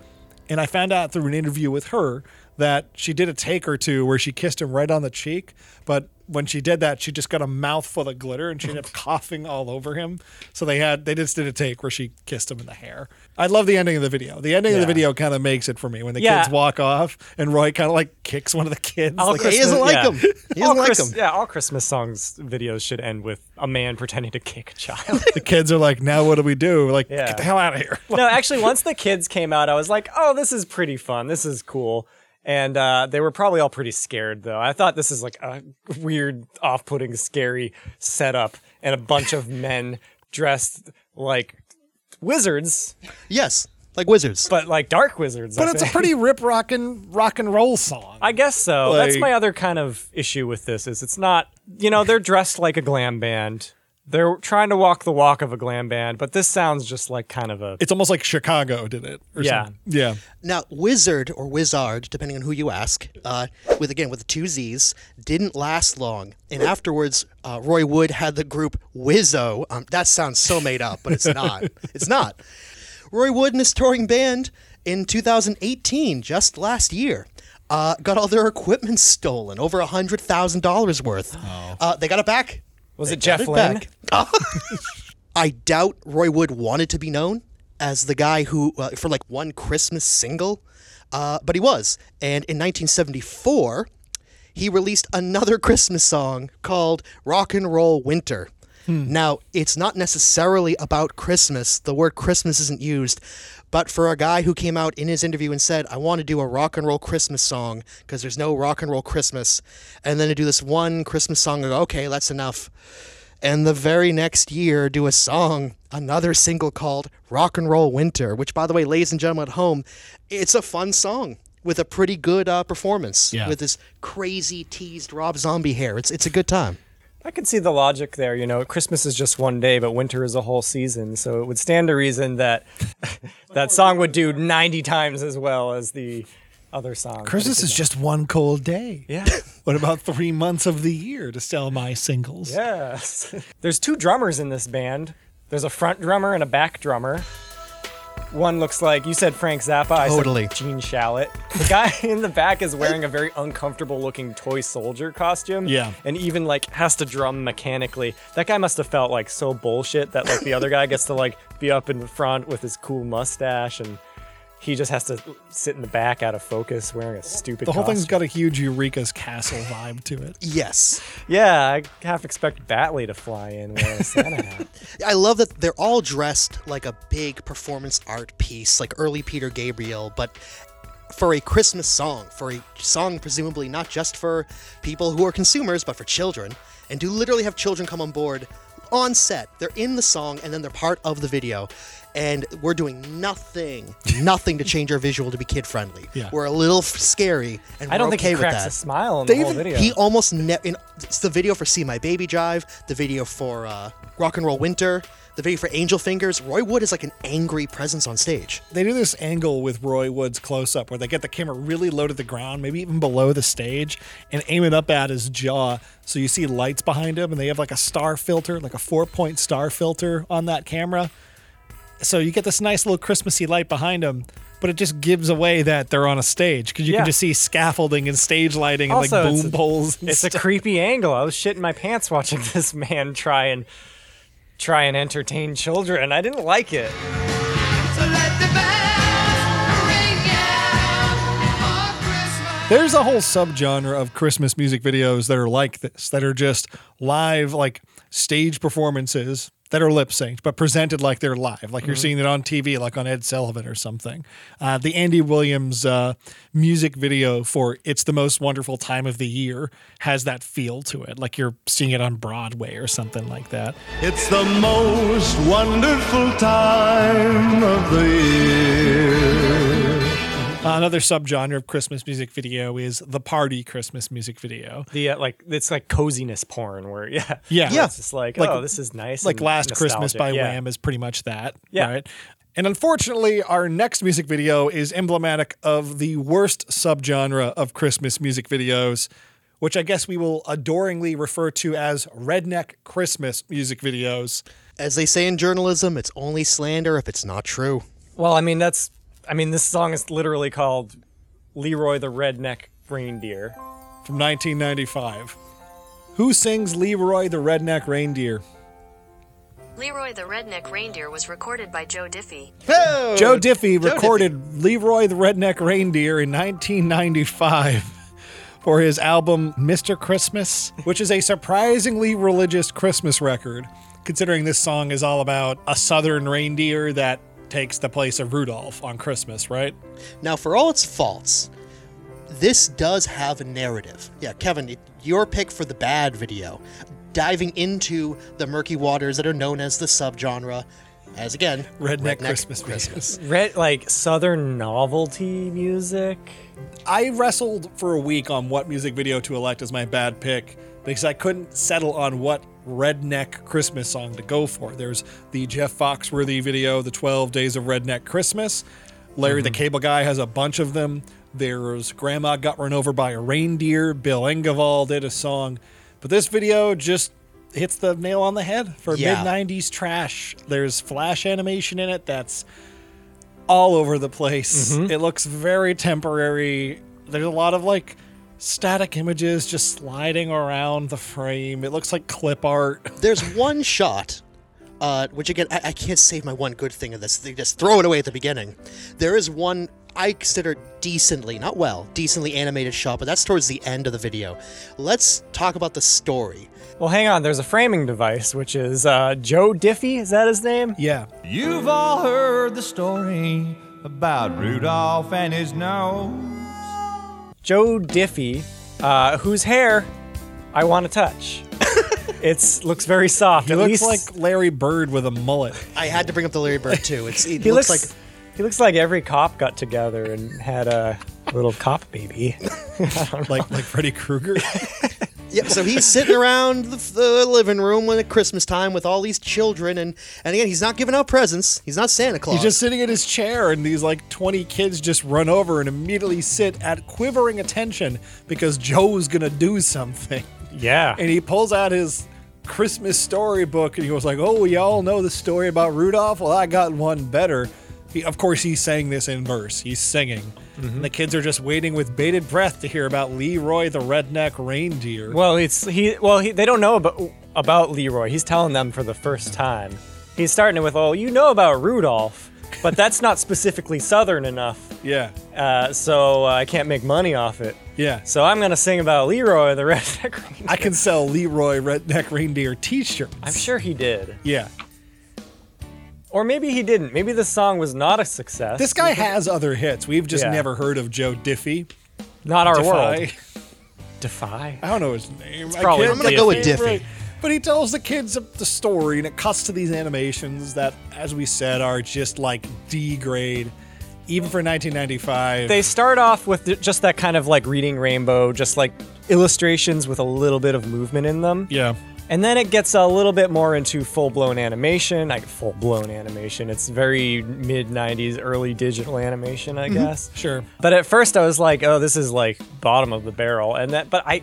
And I found out through an interview with her that she did a take or two where she kissed him right on the cheek, but when she did that, she just got a mouthful of glitter and she ended up coughing all over him. So they had they just did a take where she kissed him in the hair. I love the ending of the video. The ending of the video kind of makes it for me when the
Yeah.
kids walk off and Roy kind of like kicks one of the kids.
All
like,
he doesn't
Christmas-
like
yeah.
them. He
all
doesn't like
Chris-
them.
Yeah, all Christmas songs videos should end with a man pretending to kick a child.
the kids are like, now what do we do? Like,
Yeah.
get the hell out of here.
no, actually, once the kids came out, I was like, oh, this is pretty fun. This is cool. And uh, they were probably all pretty scared, though. I thought this is like a weird, off putting, scary setup and a bunch of men dressed like wizards,
Yes, like wizards.
but like dark wizards. I
But it's a
think.
pretty rip rockin' rock and roll song.
I guess so. That's
Like-
my other kind of issue with this is it's not, you know, they're dressed like a glam band. They're trying to walk the walk of a glam band, but this sounds just like kind of a
it's almost like Chicago did it. Or
Yeah.
Something. Yeah.
now, wizard or wizard, depending on who you ask, uh, with again with the two Z's, didn't last long. And afterwards, uh, Roy Wood had the group Wizzo. Um, that sounds so made up, but it's not. it's not. Roy Wood and his touring band in 2018, just last year. Uh, got all their equipment stolen, over hundred thousand dollars worth. Uh, they got it back.
was it
got
Jeff
it
Lynne?
back. I doubt Roy Wood wanted to be known as the guy who, uh, for like one Christmas single, uh, but he was. And in 1974, he released another Christmas song called Rock and Roll Winter. Now, it's not necessarily about Christmas. The word Christmas isn't used. But for a guy who came out in his interview and said, I want to do a rock and roll Christmas song because there's no rock and roll Christmas, and then to do this one Christmas song, I go, okay, that's enough and the very next year do a song, another single called Rock and Roll Winter, which, by the way, ladies and gentlemen at home, it's a fun song with a pretty good uh, performance with this crazy teased Rob Zombie hair. It's, it's a good time.
I can see the logic there. You know, Christmas is just one day, but winter is a whole season. So it would stand to reason that that song would do 90 times as well as the other song.
Christmas is just one cold day.
Yeah.
What about three months of the year to sell my singles?
Yes. There's two drummers in this band. There's a front drummer and a back drummer. One looks like you said Frank Zappa. I
Totally.
Said Gene Shalit. The guy in the back is wearing a very uncomfortable looking toy soldier costume.
Yeah.
And even like has to drum mechanically. That guy must have felt like so bullshit that like the other guy gets to like be up in the front with his cool mustache and he just has to sit in the back out of focus wearing a stupid
The whole
costume.
thing's got a huge Eureka's Castle vibe to it.
Yes.
Yeah, I half expect Batley to fly in wearing a Santa hat.
I love that they're all dressed like a big performance art piece, like early Peter Gabriel, but for a Christmas song, for a song presumably not just for people who are consumers, but for children, and do literally have children come on board on set. They're in the song and then they're part of the video. And we're doing nothing, nothing to change our visual to be kid friendly.
Yeah.
We're a little f- scary, and
I
we're
don't think
okay
he
with
cracks
that.
a smile in the whole
David,
video.
He almost never. It's the video for "See My Baby Drive," the video for uh, "Rock and Roll Winter," the video for "Angel Fingers." Roy Wood is like an angry presence on stage.
They do this angle with Roy Wood's close up where they get the camera really low to the ground, maybe even below the stage, and aim it up at his jaw. So you see lights behind him, and they have like a star filter, like a four point star filter on that camera. so you get this nice little Christmassy light behind them, but it just gives away that they're on a stage because you
Yeah.
can just see scaffolding and stage lighting and
Also,
like
it's
boom
a-
poles. And
It's a
stuff.
creepy angle. I was shitting my pants watching this man try and try and entertain children. I didn't like it.
There's a whole subgenre of Christmas music videos that are like this, that are just live, like stage performances that are lip synced, but presented like they're live, like you're seeing it on TV, like on Ed Sullivan or something. Uh, the Andy Williams uh, music video for It's the Most Wonderful Time of the Year has that feel to it, like you're seeing it on Broadway or something like that.
It's the most wonderful time of the year.
Uh, another subgenre of Christmas music video is the party Christmas music video.
The uh, like it's like coziness porn where yeah.
Yeah.
Where It's just like,
Like-
oh, this is nice.
like
and
Last Christmas
nostalgic.
by
yeah.
Wham is pretty much that,
Yeah.
right? And unfortunately, our next music video is emblematic of the worst subgenre of Christmas music videos, which I guess we will adoringly refer to as redneck Christmas music videos.
As they say in journalism, it's only slander if it's not true.
Well, I mean that's I mean this song is literally called Leroy the Redneck Reindeer.
from 1995. Who sings Leroy the Redneck Reindeer?
Leroy the Redneck Reindeer was recorded by Joe Diffie.
Joe Diffie recorded Leroy the Redneck Reindeer in 1995 for his album Mr. Christmas, which is a surprisingly religious Christmas record, considering this song is all about a southern reindeer that takes the place of Rudolph on Christmas, right?
Now, for all its faults, this does have a narrative. Yeah, Kevin, it- your pick for the bad video, diving into the murky waters that are known as the subgenre, as again,
Redneck, Christmas Christmas.
Red like southern novelty music.
I wrestled for a week on what music video to elect as my bad pick because I couldn't settle on what redneck Christmas song to go for. There's the Jeff Foxworthy video, The 12 Days of Redneck Christmas. Larry the Cable Guy has a bunch of them. There's Grandma Got Run Over by a Reindeer. Bill Engvall did a song. But this video just hits the nail on the head for
Yeah.
mid 90s trash. There's flash animation in it that's all over the place.
Mm-hmm.
It looks very temporary. There's a lot of like static images just sliding around the frame. It looks like clip art.
There's one shot, uh, which again, I, I can't save my one good thing of this. They just throw it away at the beginning. There is one I consider decently, not well, decently animated shot, but that's towards the end of the video. Let's talk about the story.
Well, hang on. There's a framing device, which is uh, Joe Diffie. Is that his name?
Yeah.
You've all heard the story about Rudolph and his nose.
Joe Diffie, uh, whose hair I want to touch. it's looks very soft.
He
At
looks
least
like Larry Bird with a mullet.
I had to bring up the Larry Bird too. It's, it
he looks,
looks like
he looks like every cop got together and had a little cop baby.
like like Freddy Krueger.
Yep. So he's sitting around the, the living room when at Christmas time with all these children, and and again, he's not giving out presents. He's not Santa Claus.
He's just sitting in his chair and these like 20 kids just run over and immediately sit at quivering attention because Joe's going to do something.
yeah.
and he pulls out his Christmas storybook and he was like, "Oh, y'all know the story about Rudolph? Well, I got one better." He, of course, he's saying this in verse. He's singing,
Mm-hmm.
and the kids are just waiting with bated breath to hear about Leroy the redneck reindeer.
well, it's he. Well, he, they don't know about about Leroy. He's telling them for the first time. He's starting it with, "Oh, you know about Rudolph, but that's not specifically Southern enough."
yeah,
uh, so uh, I can't make money off it.
yeah.
So I'm gonna sing about Leroy the Redneck Reindeer.
I can sell Leroy redneck reindeer T-shirts.
I'm sure he did,
Yeah,
or maybe he didn't. Maybe the song was not a success.
this guy has other hits. We've just
Yeah.
never heard of Joe Diffie.
not our
Defy.
world. Defy.
I don't know his name. I
probably
can't-
I'm gonna go
with Diffie.
Right. But he tells the kids the story, and it cuts to these animations that, as we said, are just like D grade, even for 1995.
They start off with th- just that kind of like reading rainbow, just like illustrations with a little bit of movement in them.
yeah,
And then it gets a little bit more into full blown animation. Like full blown animation. It's very mid 90s, early digital animation, I guess.
Mm-hmm. sure.
But at first I was like, oh, this is like bottom of the barrel. And that but I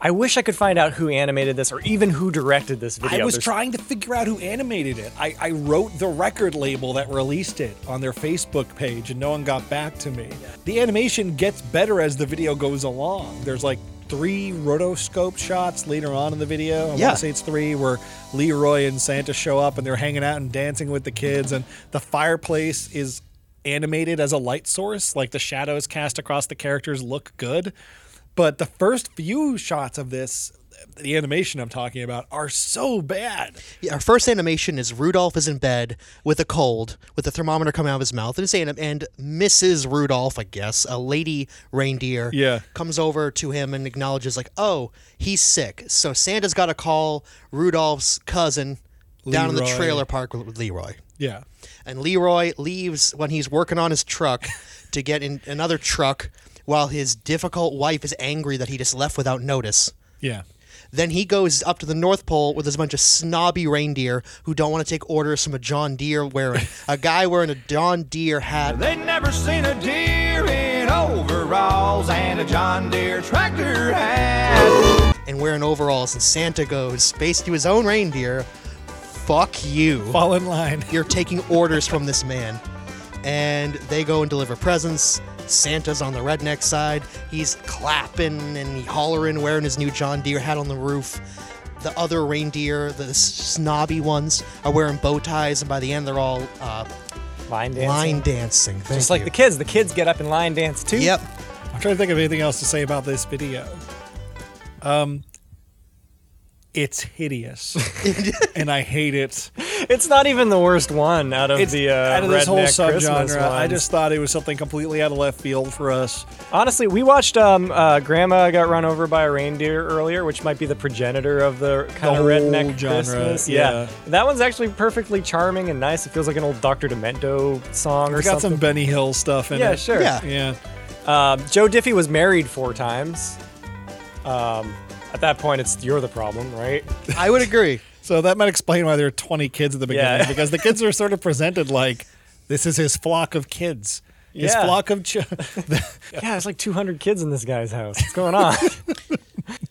I wish I could find out who animated this or even who directed this video.
I was
There's-
trying to figure out who animated it. I, I wrote the record label that released it on their Facebook page, and no one got back to me. The animation gets better as the video goes along. There's like three rotoscope shots later on in the video. I
Yeah.
want to say it's three where Leroy and Santa show up and they're hanging out and dancing with the kids, and the fireplace is animated as a light source. Like the shadows cast across the characters look good. But the first few shots of this, the animation I'm talking about, are so bad.
Yeah, Our first animation is Rudolph is in bed with a cold, with a thermometer coming out of his mouth, and, it's anim- and Mrs. Rudolph, I guess, a lady reindeer,
Yeah.
comes over to him and acknowledges like, "Oh, he's sick." So Santa's got to call Rudolph's cousin down in the
Leroy.
trailer park with, with Leroy,
Yeah.
and Leroy leaves when he's working on his truck to get in another truck, while his difficult wife is angry that he just left without notice.
Yeah.
Then he goes up to the North Pole with his bunch of snobby reindeer who don't want to take orders from a John Deere wearing a guy wearing a John Deere hat.
They'd never seen a deer in overalls and a John Deere tractor hat.
and wearing overalls. And Santa goes basically to his own reindeer, fuck you.
Fall in line.
You're taking orders from this man. And they go and deliver presents. Santa's on the redneck side. He's clapping and he hollering, wearing his new John Deere hat on the roof. The other reindeer, the s- snobby ones, are wearing bow ties, and by the end, they're all uh,
line dancing.
line dancing. Thank
Just like
you.
the kids. The kids get up and line dance too.
Yep.
I'm trying to think of anything else to say about this video. Um, it's hideous, and I hate it.
It's not even the worst one out of
It's
the uh,
out of this whole
redneck Christmas
subgenre. I
ones.
just thought it was something completely out of left field for us.
honestly we watched um, uh, Grandma got run over by a reindeer earlier, which might be the progenitor of the kind
The
of
whole
redneck
genre,
Christmas.
yeah.
that one's actually perfectly charming and nice. It feels like an old Doctor Demento song or
We got
something.
some Benny Hill stuff in
yeah,
it.
sure.
Yeah.
Yeah.
Um, Joe Diffie was married four times. Um, at that point, it's you're the problem, right?
I would agree.
So that might explain why there are 20 kids at the beginning
Yeah.
because the kids are sort of presented like this is his flock of kids. His
Yeah.
flock of ch-
Yeah, it's like 200 kids in this guy's house. What's going on?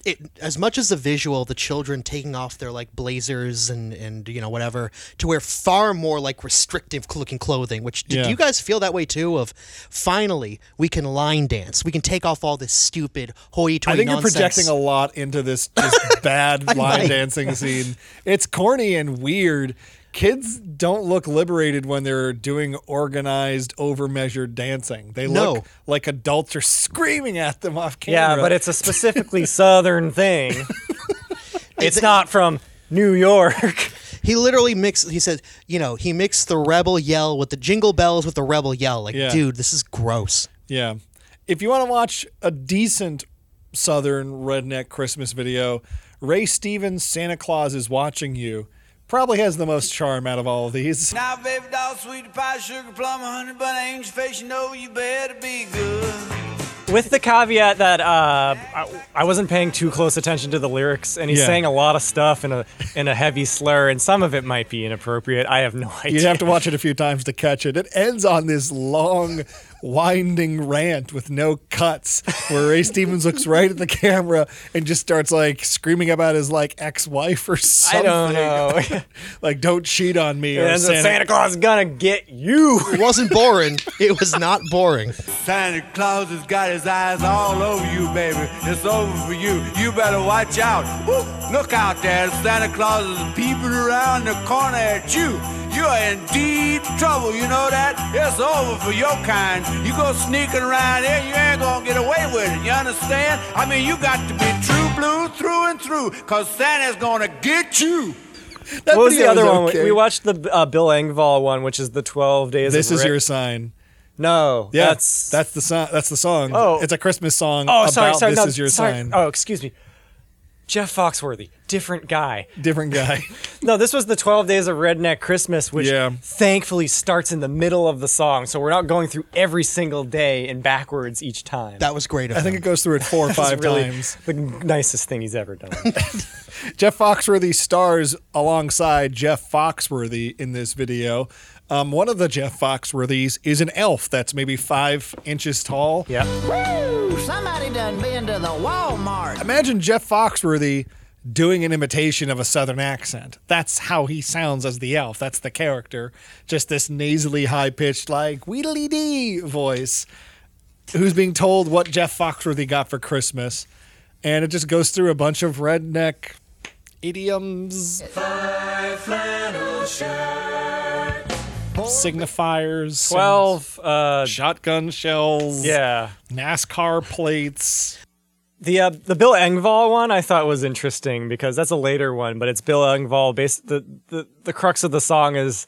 it as much as the visual of the children taking off their like blazers and and you know whatever to wear far more like restrictive looking clothing which did
Yeah.
you guys feel that way too of finally we can line dance we can take off all this stupid hoity-toity
I think you're
nonsense.
projecting a lot into this, this bad line
might.
dancing scene. It's corny and weird. Kids don't look liberated when they're doing organized, overmeasured dancing. They
No.
look like adults are screaming at them off camera.
yeah, but it's a specifically Southern thing. It's
It's-
not from New York.
he literally mixed he said you know he mixed the rebel yell with the jingle bells with the rebel yell like
Yeah.
dude this is gross
Yeah. If you want to watch a decent Southern redneck Christmas video, Ray Stevens' Santa Claus is Watching You probably has the most charm out of all of these.
Now, baby doll, sweet pie, sugar plum, honey bun, angel face, you know you better be good.
With the caveat that uh, I, I wasn't paying too close attention to the lyrics, and he's
Yeah.
saying a lot of stuff in a in a heavy slur, and some of it might be inappropriate. I have no idea.
You'd have to watch it a few times to catch it. It ends on this long, winding rant with no cuts, where Ray Stevens looks right at the camera and just starts like screaming about his like ex-wife or
I
something.
don't know.
like, don't cheat on me. or
and Santa, Santa Claus is gonna get you.
it wasn't boring it was not boring
Santa Claus has got his eyes all over you, baby. It's over for you. You better watch out. Woo! Look out there. Santa Claus is peeping around the corner at you. You're in deep trouble, you know that? It's over for your kind. You go sneaking around here, you ain't gonna get away with it. You understand? I mean, you got to be true blue through and through, cause Santa's gonna get you.
That
what was the
video
other
is
one?
okay.
We watched the uh, Bill Engvall one, which is the Twelve Days.
This
of
is
Re-
your sign.
no.
Yeah,
that's
that's that's the song. That's the song.
Oh.
it's a Christmas song.
Oh,
about
sorry, sorry.
This
no,
is your
sorry.
sign.
Oh, excuse me. Jeff Foxworthy, different guy.
Different guy.
No, this was the 12 Days of Redneck Christmas, which
Yeah.
thankfully starts in the middle of the song. So we're not going through every single day and backwards each time.
that was great of
I think it goes through it four or five times.
the nicest thing he's ever done.
Jeff Foxworthy stars alongside Jeff Foxworthy in this video. Um, one of the Jeff Foxworthies is an elf that's maybe five inches tall.
Yeah.
Woo! Somebody done been to the Walmart.
Imagine Jeff Foxworthy doing an imitation of a southern accent. That's how he sounds as the elf. That's the character. Just this nasally high pitched, like, wheedly dee voice, who's being told what Jeff Foxworthy got for Christmas. And it just goes through a bunch of redneck idioms, signifiers, and
12 uh,
shotgun shells,
Yeah.
NASCAR plates.
The uh, the Bill Engvall one I thought was interesting because that's a later one, but it's Bill Engvall. Based the, the the crux of the song is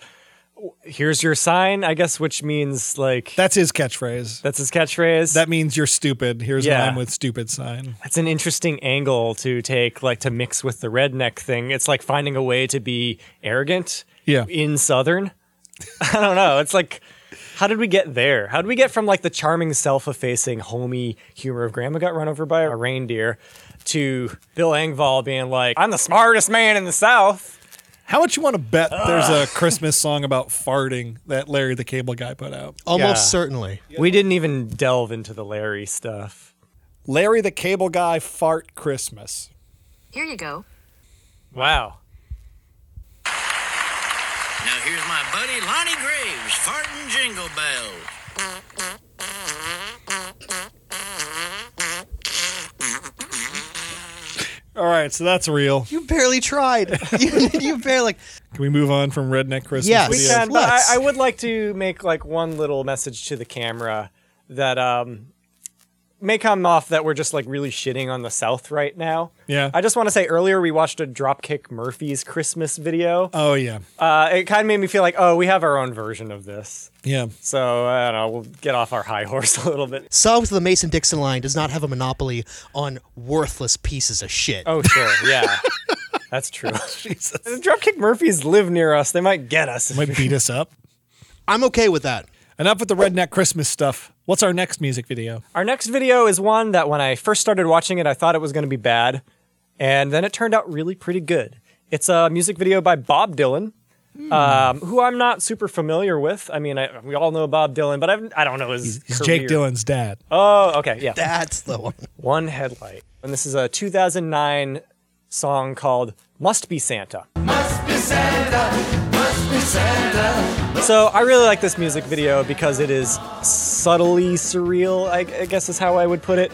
here's your sign, I guess, which means like
That's his catchphrase.
that's his catchphrase.
That means you're stupid. Here's
Yeah.
an I'm with stupid sign.
that's an interesting angle to take, like to mix with the redneck thing. It's like finding a way to be arrogant
Yeah.
in Southern. I don't know. It's like, how did we get there? How did we get from like the charming, self effacing, homey humor of Grandma Got Run Over by a Reindeer to Bill Engvall being like, I'm the smartest man in the South?
How much you want to bet there's a Christmas song about farting that Larry the Cable Guy put out?
Almost
Yeah.
certainly.
We didn't even delve into the Larry stuff.
Larry the Cable Guy fart Christmas.
Here you go.
Wow.
Now here's my buddy Lonnie Graves farting jingle bells.
All right, so that's real.
You barely tried. you, you barely like.
Can we move on from Redneck Christmas?
Yes.
We
videos?
can, but
Let's.
I, I would like to make like one little message to the camera that um may come off that we're just like really shitting on the South right now.
Yeah.
I just want to say earlier we watched a Dropkick Murphys Christmas video.
Oh yeah,
Uh, it kind of made me feel like, oh, we have our own version of this.
yeah.
So I don't know. We'll get off our high horse a little bit.
South of the Mason Dixon line does not have a monopoly on worthless pieces of shit.
Oh sure, yeah, that's true. The Dropkick Murphys live near us. They might get us.
Might beat us up.
I'm okay with that.
Enough with the Redneck Christmas stuff. What's our next music video?
Our next video is one that when I first started watching it, I thought it was going to be bad, and then it turned out really pretty good. It's a music video by Bob Dylan, um, who I'm not super familiar with. I mean, I, we all know Bob Dylan, but I've, I don't know his.
It's
career.
Jake Dylan's dad.
Oh, okay, yeah.
That's the one.
One headlight, and this is a 2009 song called "Must Be Santa." So I really like this music video because it is subtly surreal. I, I guess is how I would put it.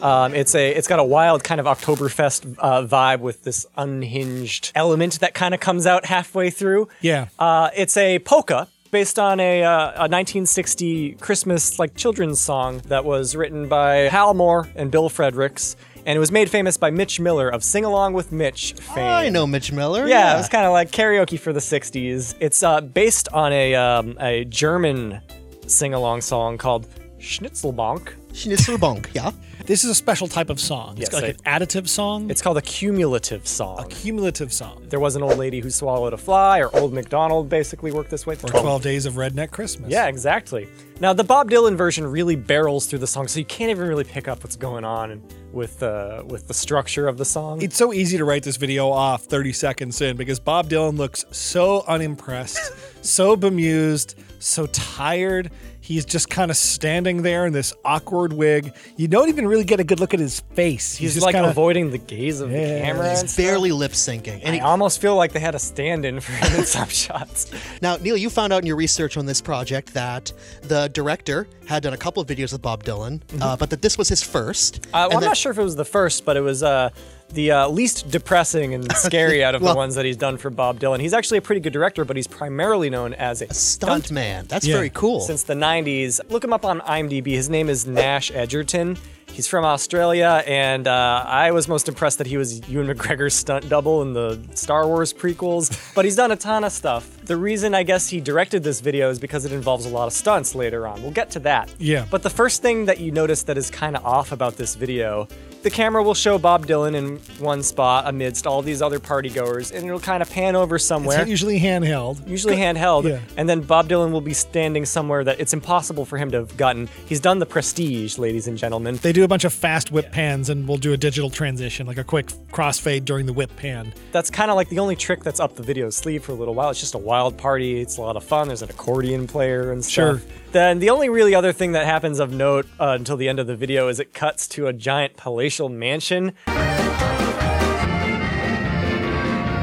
Um, it's a it's got a wild kind of Oktoberfest uh, vibe with this unhinged element that kind of comes out halfway through.
Yeah.
Uh, it's a polka based on a, uh, a 1960 Christmas like children's song that was written by Hal Moore and Bill Fredericks, and it was made famous by Mitch Miller of Sing Along with Mitch fame.
I know Mitch Miller.
Yeah, it was kind of like karaoke for the '60s. It's uh, based on a um, a German sing-along song called Schnitzelbank.
Schnitzelbank, yeah.
This is a special type of song. It's
Yes,
like an additive song.
It's called a cumulative song.
cumulative song.
There was an old lady who swallowed a fly, or Old MacDonald basically worked this way.
Or 12 Days of Redneck Christmas.
Yeah, exactly. Now the Bob Dylan version really barrels through the song, so you can't even really pick up what's going on and with uh, with the structure of the song.
It's so easy to write this video off 30 seconds in because Bob Dylan looks so unimpressed, so bemused, so tired. He's just kind of standing there in this awkward wig. You don't even really get a good look at his face.
He's,
just
like
kinda,
avoiding the gaze of the camera. and
He's
stuff.
barely lip syncing. And
I
he,
almost feel like they had a stand-in for him in some shots.
now, Neil, you found out in your research on this project that the director had done a couple of videos with Bob Dylan, uh, but that this was his first.
Mm-hmm. Uh, well,
and
I'm
that-
not sure if it was the first, but it was uh, the uh, least depressing and scary out of
Well-
the ones that he's done for Bob Dylan. He's actually a pretty good director, but he's primarily known as a
Stunt man. That's very cool.
since the 90s. Look him up on IMDb. His name is Nash Edgerton. He's from Australia, and uh, I was most impressed that he was Ewan McGregor's stunt double in the Star Wars prequels. But he's done a ton of stuff. The reason I guess he directed this video is because it involves a lot of stunts later on. We'll get to that.
Yeah.
But the first thing that you notice that is kind of off about this video the camera will show Bob Dylan in one spot amidst all these other party goers, and it'll kind of pan over somewhere.
It's usually handheld.
usually handheld,
Yeah.
and then Bob Dylan will be standing somewhere that it's impossible for him to have gotten. He's done the prestige, ladies and gentlemen.
They do a bunch of fast whip pans and we'll do a digital transition, like a quick crossfade during the whip pan.
That's kind of like the only trick that's up the video sleeve for a little while. It's just a wild party. It's a lot of fun. There's an accordion player and stuff.
Sure.
Then the only really other thing that happens of note uh, until the end of the video is it cuts to a giant palatial mansion.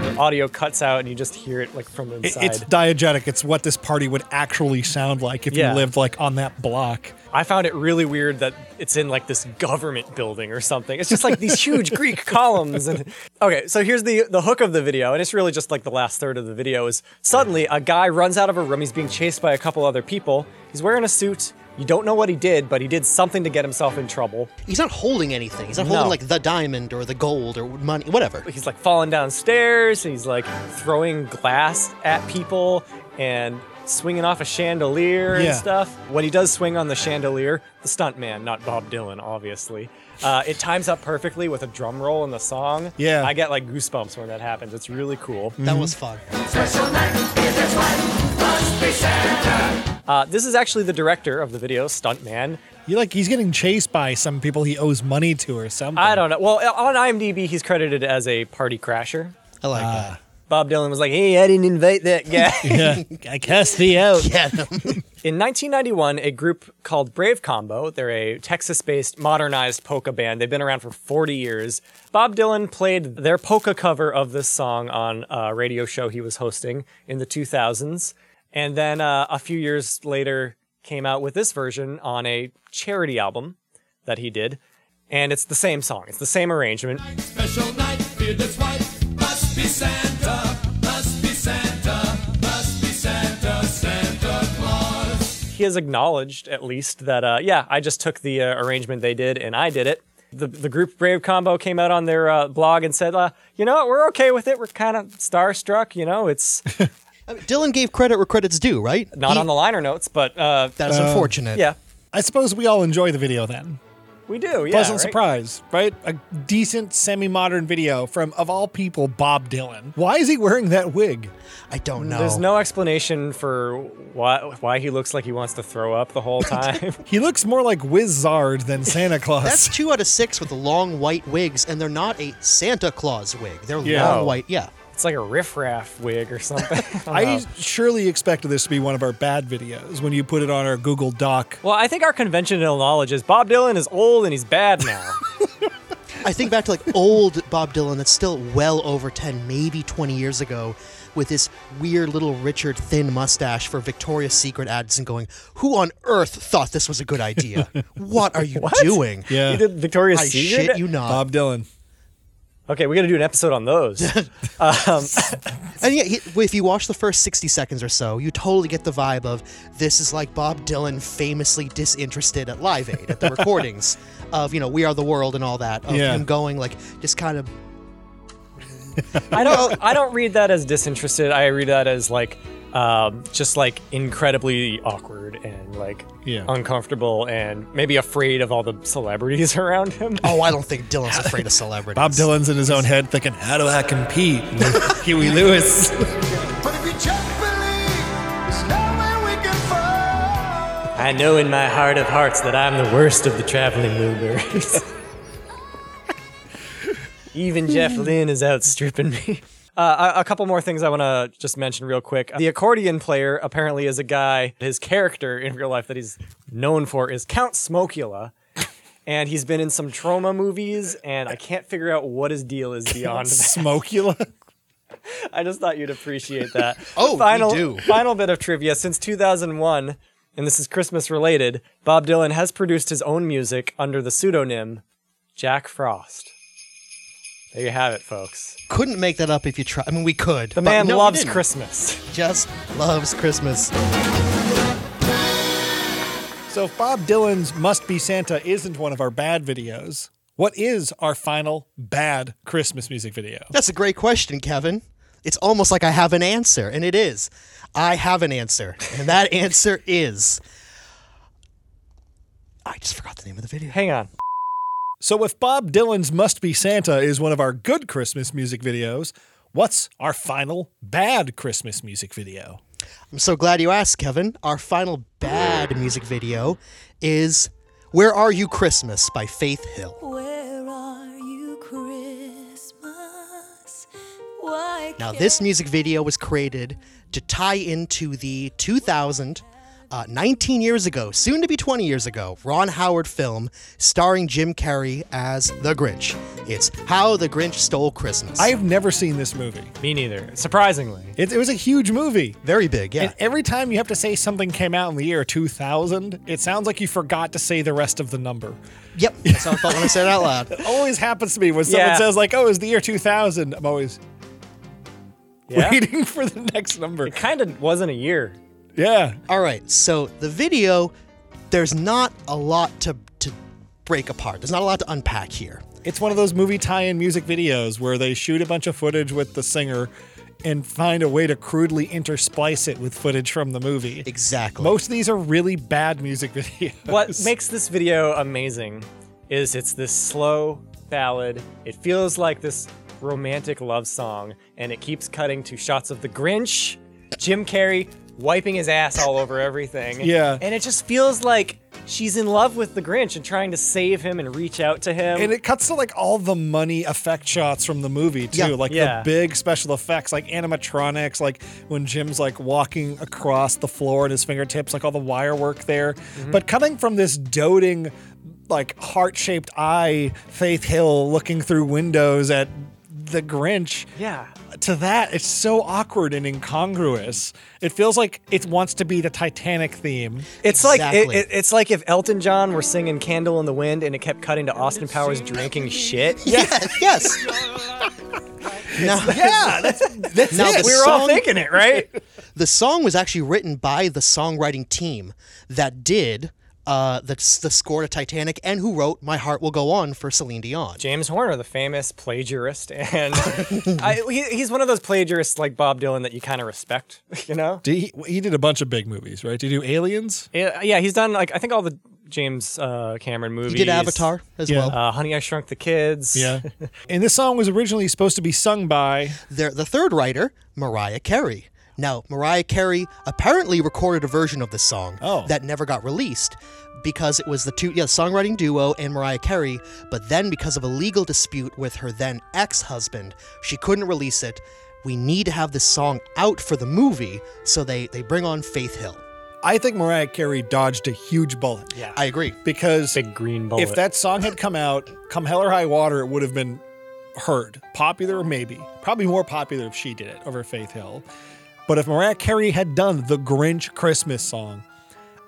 The audio cuts out and you just hear it like from
It-
inside.
it's diegetic. It's what this party would actually sound like if
Yeah.
you lived like on that block.
I found it really weird that it's in like this government building or something. It's just like these huge Greek columns. And okay, so here's the the hook of the video, and it's really just like the last third of the video is suddenly a guy runs out of a room. He's being chased by a couple other people. He's wearing a suit. You don't know what he did, but he did something to get himself in trouble.
He's not holding anything. He's not
No. Mm-hmm.
holding like the diamond or the gold or money, whatever.
He's like falling downstairs. And he's like throwing glass at people and swinging off a chandelier
Yeah.
and stuff. When he does swing on the chandelier, the stuntman, not Bob Dylan, obviously, uh, it times up perfectly with a drum roll in the song.
Yeah.
I get like goosebumps when that happens. It's really cool.
That was fun.
Uh, this is actually the director of the video, Stuntman.
You like he's getting chased by some people he owes money to or something.
I don't know. Well, uh, on IMDb, he's credited as a party crasher.
I like
Uh.
that.
Bob Dylan was like, hey, I didn't invite that guy.
yeah, I cast thee out.
In 1991, a group called Brave Combo, they're a Texas based modernized polka band. They've been around for 40 years. Bob Dylan played their polka cover of this song on a radio show he was hosting in the 2000s. And then uh, a few years later, came out with this version on a charity album that he did. And it's the same song, it's the same arrangement.
Special night, beardless white. Must be Santa, must be Santa, must be Santa, Santa Claus.
he has acknowledged at least that uh, yeah i just took the uh, arrangement they did and i did it the, the group brave combo came out on their uh, blog and said uh, you know what we're okay with it we're kind of starstruck you know it's
I mean, Dylan gave credit where credit's due, right?
not on the liner notes but uh,
That is
Uh,
unfortunate.
yeah
I suppose we all enjoy the video then.
we do yeah
Pleasant
right?
surprise, right? A decent semi-modern video from of all people, Bob Dylan. Why is he wearing that wig?
I don't know.
there's no explanation for why why he looks like he wants to throw up the whole time
He looks more like Wizard than Santa Claus.
That's two out of six with the long white wigs, and they're not a Santa Claus wig. They're
Yeah.
long white. Yeah.
it's like a riffraff wig or something I don't
I
know.
surely expected this to be one of our bad videos when you put it on our Google Doc.
well i think our conventional knowledge is bob dylan is old and he's bad now
I think back to like old Bob Dylan that's still well over 10, maybe 20 years ago, with this weird little Richard Thin mustache for Victoria's Secret ads and going, Who on earth thought this was a good idea? what are you doing?
Yeah.
he did victoria's
I
secret
shit you not.
Bob Dylan.
okay we gotta do an episode on those um,
And yeah, he- if you watch the first 60 seconds or so, you totally get the vibe of this is like Bob Dylan famously disinterested at Live Aid at the recordings of, you know, We Are the World and all that. Of
Yeah.
him going like just kind of
I don't. I don't read that as disinterested. I read that as like, um, just like incredibly awkward and like
Yeah.
uncomfortable and maybe afraid of all the celebrities around him.
Oh, I don't think Dylan's afraid of celebrities.
Bob Dylan's in his own head thinking, how do I compete with Huey Lewis?
But if you just believe, there's nowhere we can fall.
I know in my heart of hearts that I'm the worst of the traveling blueberries. Even Jeff Lynne is outstripping me. Hmm. Uh, a, a couple more things I want to just mention real quick. The accordion player apparently is a guy. His character in real life that he's known for is Count Smokula, and he's been in some trauma movies. And I can't figure out what his deal is beyond that.
Smokula?
I just thought you'd appreciate that.
Oh, we
final,
do.
Final bit of trivia. Since 2001, and this is Christmas related, Bob Dylan has produced his own music under the pseudonym Jack Frost. There you have it, folks.
couldn't make that up if you try. I mean, we could.
The
but
man
no, we
loves
didn't.
Christmas.
Just loves Christmas.
So if Bob Dylan's Must Be Santa isn't one of our bad videos, what is our final bad Christmas music video?
That's a great question, Kevin. It's almost like I have an answer, and it is. I have an answer, and that answer is. I just forgot the name of the video.
Hang on.
So if Bob Dylan's Must Be Santa is one of our good Christmas music videos, what's our final bad Christmas music video?
I'm so glad you asked, Kevin. Our final bad music video is Where Are You Christmas by Faith Hill.
Where are you, Christmas? Why
Now, this music video was created to tie into the 2000, uh, 19 years ago, soon to be 20 years ago, Ron Howard film starring Jim Carrey as The Grinch. It's How the Grinch Stole Christmas.
I have never seen this movie.
Me neither. Surprisingly.
It, it was a huge movie.
Very big, yeah.
And every time you have to say something came out in the year 2000, it sounds like you forgot to say the rest of the number.
Yep. That's how I felt when I said it out loud.
It always happens to me when someone
Yeah.
says, like, oh, it was the year 2000. I'm always
Yeah.
waiting for the next number.
It kind of wasn't a year.
Yeah.
All right, so the video, there's not a lot to, to break apart. There's not a lot to unpack here.
It's one of those movie tie in music videos where they shoot a bunch of footage with the singer and find a way to crudely intersplice it with footage from the movie.
Exactly.
Most of these are really bad music videos.
What makes this video amazing is it's this slow ballad. It feels like this romantic love song, and it keeps cutting to shots of the Grinch, Jim Carrey wiping his ass all over everything.
Yeah.
And it just feels like she's in love with the Grinch and trying to save him and reach out to him.
And it cuts to like all the money effect shots from the movie too,
Yeah.
like
Yeah.
the big special effects, like animatronics, like when Jim's like walking across the floor and his fingertips, like all the wire work there.
Mm-hmm.
But coming from this doting, like heart shaped eye, Faith Hill looking through windows at the Grinch
yeah.
to that, it's so awkward and incongruous. It feels like it wants to be the Titanic theme.
It's like
Exactly.
it, it- it's like if Elton John were singing "Candle in the Wind" and it kept cutting to Austin Powers drinking shit.
Yeah, yes. now, yeah,
That's
Now
it.
the
We were all
song-
thinking it, right?
the song was actually written by the songwriting team that did uh, the, the score to Titanic and who wrote My Heart Will Go On for Celine Dion.
James Horner, the famous plagiarist, and I, he, he's one of those plagiarists like Bob Dylan that you kind of respect, you know?
Did he, he did a bunch of big movies, right? Did he do Aliens?
Yeah, yeah, he's done like I think all the James uh, Cameron movies.
He did Avatar as
Yeah.
well.
uh, Honey, I Shrunk the Kids.
Yeah. and this song was originally supposed to be sung by
There, the third writer, Mariah Carey. Now, Mariah Carey apparently recorded a version of this song
Oh.
that never got released because it was the two yeah, songwriting duo and Mariah Carey, but then because of a legal dispute with her then ex-husband, she couldn't release it. We need to have this song out for the movie, so they, they bring on Faith Hill.
I think Mariah Carey dodged a huge bullet.
Yeah.
I agree.
Because
Big green bullet.
if that song had come out, come hell or high water, it would have been heard. Popular, maybe. Probably more popular if she did it over Faith Hill. But if Mariah Carey had done the Grinch Christmas song,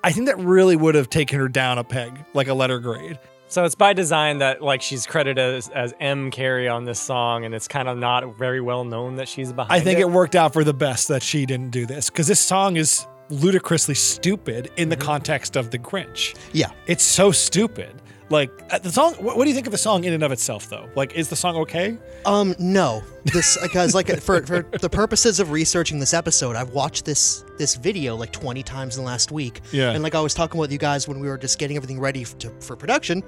I think that really would have taken her down a peg, like a letter grade.
so it's by design that like she's credited as, as M. Carey on this song, and it's kind of not very well known that she's behind.
I think
it
it worked out for the best that she didn't do this because this song is ludicrously stupid in the context of the Grinch.
Yeah.
It's so stupid. Like uh, the song. What, what do you think of the song in and of itself, though? Like, is the song okay?
Um, no, this because like for for the purposes of researching this episode, I've watched this this video like twenty times in the last week.
Yeah.
and like I was talking with you guys when we were just getting everything ready f- to, for production,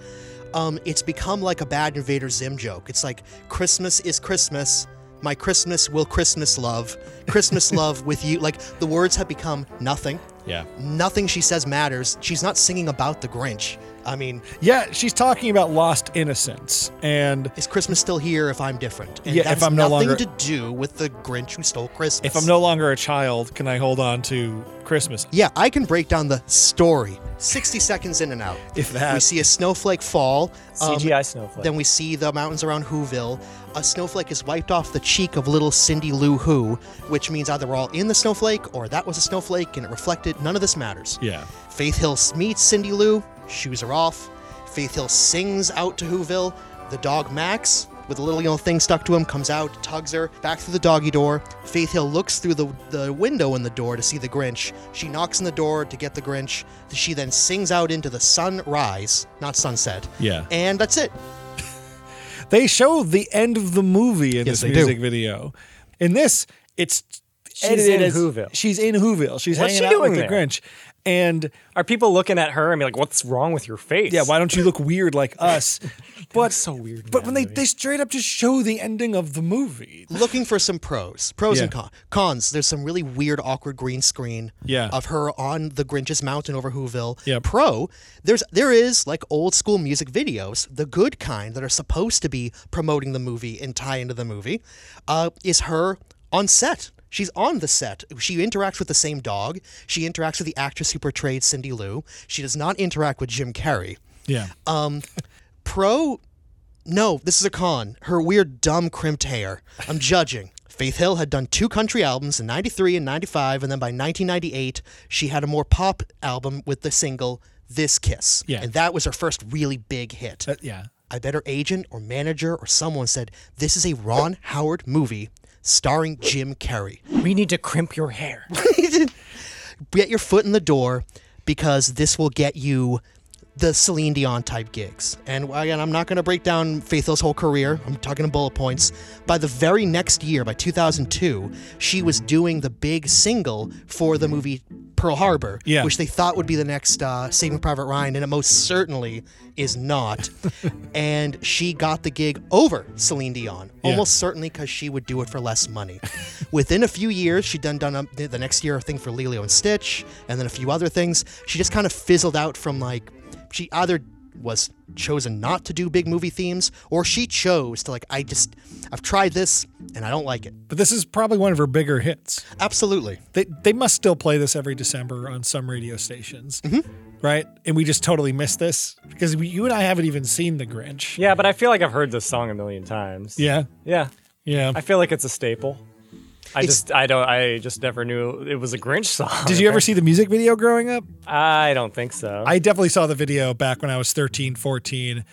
um, it's become like a bad Invader Zim joke. It's like Christmas is Christmas. My Christmas will Christmas love. Christmas love with you. Like the words have become nothing.
Yeah.
Nothing she says matters. She's not singing about the Grinch. I mean,
Yeah, she's talking about lost innocence, and
is Christmas still here if I'm different? And
Yeah, if
that has
I'm no
nothing
longer-
to do with the Grinch who stole Christmas.
if I'm no longer a child, can I hold on to Christmas?
Yeah, I can break down the story. 60 seconds in and out.
If that-
We see a snowflake fall. um,
CGI snowflake.
Then we see the mountains around Whoville. A snowflake is wiped off the cheek of little Cindy Lou Who, which means either we're all in the snowflake or that was a snowflake and it reflected. None of this matters.
Yeah.
Faith Hill meets Cindy Lou, shoes are off. Faith Hill sings out to Whoville. The dog Max, with a little yellow thing stuck to him, comes out, tugs her back through the doggy door. Faith Hill looks through the, the window in the door to see the Grinch. She knocks on the door to get the Grinch. She then sings out into the sunrise, not sunset.
Yeah.
And that's it.
They show the end of the movie in this
Yes, they do.
music video. In this, it's
She's
edited
in
as-
Whoville.
She's in Whoville. She's
What's
hanging
she
out with
doing
the
there?
Grinch. And
are people looking at her and be like, "What's wrong with your face?"
Yeah, why don't you look weird like us? but
so weird.
But when they, they straight up just show the ending of the movie,
looking for some pros, pros and
Yeah.
cons. Cons. There's some really weird, awkward green screen
Yeah.
of her on the Grinch's Mountain over Whoville.
Yep.
Pro. There's there is like old school music videos, the good kind that are supposed to be promoting the movie and tie into the movie. Uh, is her on set? She's on the set. She interacts with the same dog. She interacts with the actress who portrayed Cindy Lou. She does not interact with Jim Carrey.
yeah,
Um, pro, no, this is a con. Her weird, dumb, crimped hair. I'm judging. Faith Hill had done two country albums in 93 and 95, and then by 1998, she had a more pop album with the single This Kiss.
Yeah. Uh,
And that was her first really big hit.
yeah.
I bet her agent or manager or someone said, This is a Ron Howard movie starring Jim Carrey.
We need to crimp your hair.
Get your foot in the door because this will get you the Celine Dion type gigs. And again, I'm not going to break down Faith Hill's whole career. I'm talking in bullet points. By the very next year, by 2002, she was doing the big single for the movie Pearl Harbor,
Yeah.
which they thought would be the next uh, Saving Private Ryan, and it most certainly is not. and she got the gig over Celine Dion,
Yeah.
almost certainly because she would do it for less money. Within a few years, she done done um, the the next year a thing for Lilo and Stitch, and then a few other things. She just kind of fizzled out from like she either was chosen not to do big movie themes, or she chose to like I just I've tried this and I don't like it.
But this is probably one of her bigger hits.
Absolutely,
They they must still play this every December on some radio stations, right? And we just totally miss this because we, you and I haven't even seen The Grinch.
yeah, but I feel like I've heard this song a million times.
Yeah,
Yeah.
yeah.
I feel like it's a staple. I
It's-
just I don't I just never knew it was a Grinch song.
Did you ever see the music video growing up?
I don't think so.
I definitely saw the video back when I was 13, 14.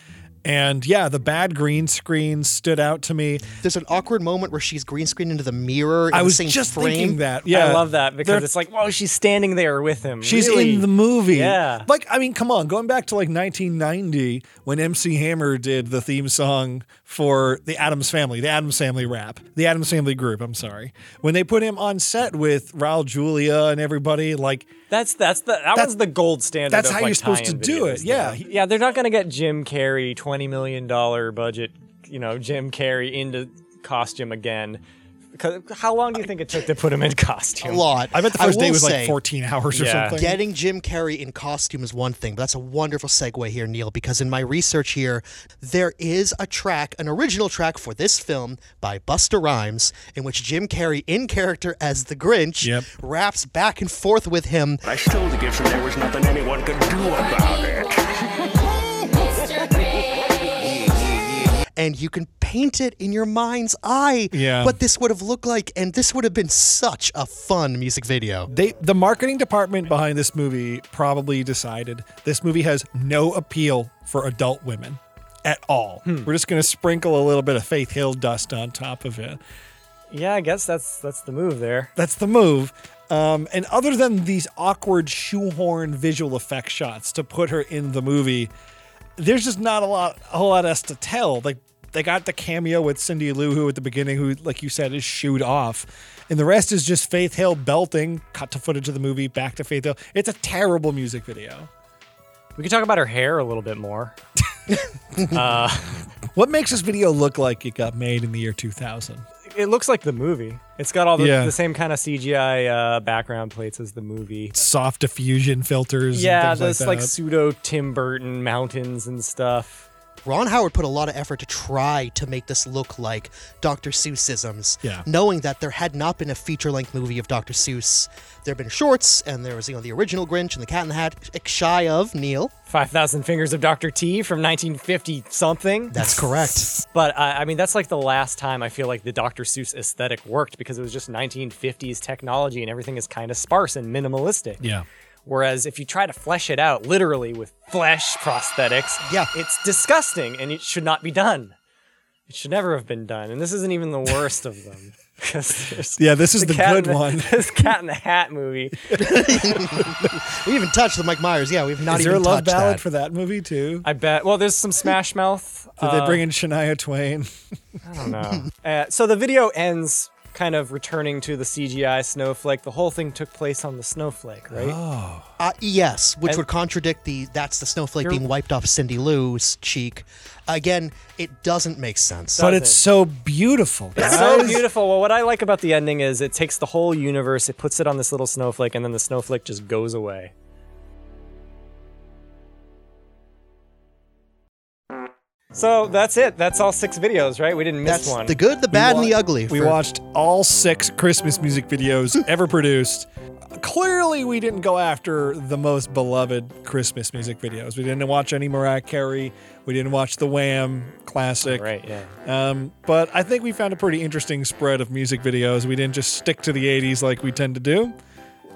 And yeah, the bad green screen stood out to me.
there's an awkward moment where she's green screened into the mirror. In
I
the
was
same
just
frame.
thinking that. Yeah.
I love that because
They're-
it's like, whoa, she's standing there with him.
She's
Really?
in the movie.
Yeah.
Like, I mean, come on, going back to like 1990 when MC Hammer did the theme song for the Adams Family, the Adams Family rap, the Adams Family group, I'm sorry. When they put him on set with Raul Julia and everybody, like,
That's that's the that was the gold standard.
that's
of,
how
like,
you're supposed to
tie-in
do
videos
it. Yeah.
there. yeah. They're not gonna get Jim Carrey twenty million dollar budget, you know, Jim Carrey into costume again. 'Cause- How long do you think it took to put him in
A
costume?
lot.
I bet the first day
will
was like
say-
14 hours or
Yeah.
something.
Getting Jim Carrey in costume is one thing, but that's a wonderful segue here, Neil, because in my research here, there is a track, an original track for this film by Buster Rhymes, in which Jim Carrey, in character as the Grinch,
Yep.
raps back and forth with him.
I stole the gifts and there was nothing anyone could do about it.
and you can paint it in your mind's eye
Yeah.
what this would have looked like, and this would have been such a fun music video.
They the marketing department behind this movie probably decided this movie has no appeal for adult women at all. We're just going to sprinkle a little bit of Faith Hill dust on top of it.
Yeah, I guess that's that's the move there.
That's the move. Um, and other than these awkward shoehorn visual effect shots to put her in the movie, there's just not a lot, a whole lot else to tell. Like they got the cameo with Cindy Lou Who at the beginning, who, like you said, is shooed off, and the rest is just Faith Hill belting. Cut to footage of the movie, back to Faith Hill. It's a terrible music video.
We could talk about her hair a little bit more.
What makes this video look like it got made in the year 2000?
It looks like the movie. It's got all the,
Yeah.
the same kind of CGI uh, background plates as the movie.
Soft diffusion filters.
Yeah,
and things
this like,
that.
pseudo Tim Burton mountains and stuff.
Ron Howard put a lot of effort to try to make this look like Dr. Seussisms,
Yeah.
knowing that there had not been a feature-length movie of Dr. Seuss. There have been shorts, and there was you know the original Grinch and the Cat in the Hat, shy of Neil.
Five Thousand Fingers of Doctor T from 1950 something.
That's correct.
But I, I mean, that's like the last time I feel like the Dr. Seuss aesthetic worked because it was just 1950s technology and everything is kind of sparse and minimalistic.
Yeah.
Whereas if you try to flesh it out literally with flesh prosthetics,
Yeah.
it's disgusting and it should not be done. It should never have been done. And this isn't even the worst of them. 'Cause there's
Yeah, this is the
Cat in
good one.
This Cat in the Hat movie.
we even touched the Mike Myers. Yeah, we've not
Is
even
there a love
touched
ballad
that.
for that movie too?
I bet. Well, there's some Smash Mouth.
Uh, Did they bring in Shania Twain?
Uh, so the video ends kind of returning to the CGI snowflake. The whole thing took place on the snowflake, right?
Oh. Uh, yes, which
And-
would contradict the that's the snowflake being wiped off Cindy Lou's cheek. Again, it doesn't make sense.
But it's
so beautiful.
It's so beautiful. Well, what I like about the ending is it takes the whole universe, it puts it on this little snowflake, and then the snowflake just goes away. So that's it. That's all six videos, right? We didn't miss
That's
one.
the good, the
We
bad,
wa-
and the ugly.
We
for-
watched all six Christmas music videos ever produced. Clearly, we didn't go after the most beloved Christmas music videos. We didn't watch any Mariah Carey. We didn't watch the Wham classic.
Right, yeah.
Um, but I think we found a pretty interesting spread of music videos. We didn't just stick to the 80s like we tend to do.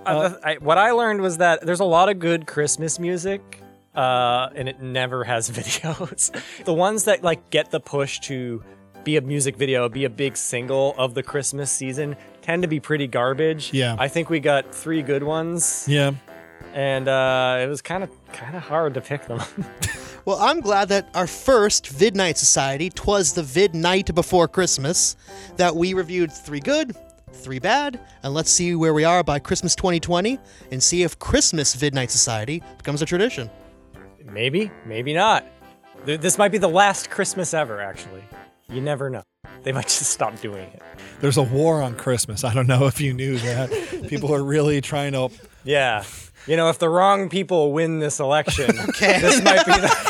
Uh, I, what I learned was that there's a lot of good Christmas music, uh, and it never has videos. the ones that like get the push to be a music video, be a big single of the Christmas season, tend to be pretty garbage.
Yeah.
I think we got three good ones,
Yeah.
and uh, it was kind of kind of hard to pick them.
Well, I'm glad that our first Vid Night Society, twas the Vid Night before Christmas, that we reviewed three good, three bad, and let's see where we are by Christmas 2020 and see if Christmas Vid Night Society becomes a tradition.
maybe, maybe not. Th- This might be the last Christmas ever. Actually, you never know. They might just stop doing it.
There's a war on Christmas. I don't know if you knew that. People are really trying to
Yeah. You know, if the wrong people win this election, this might be the,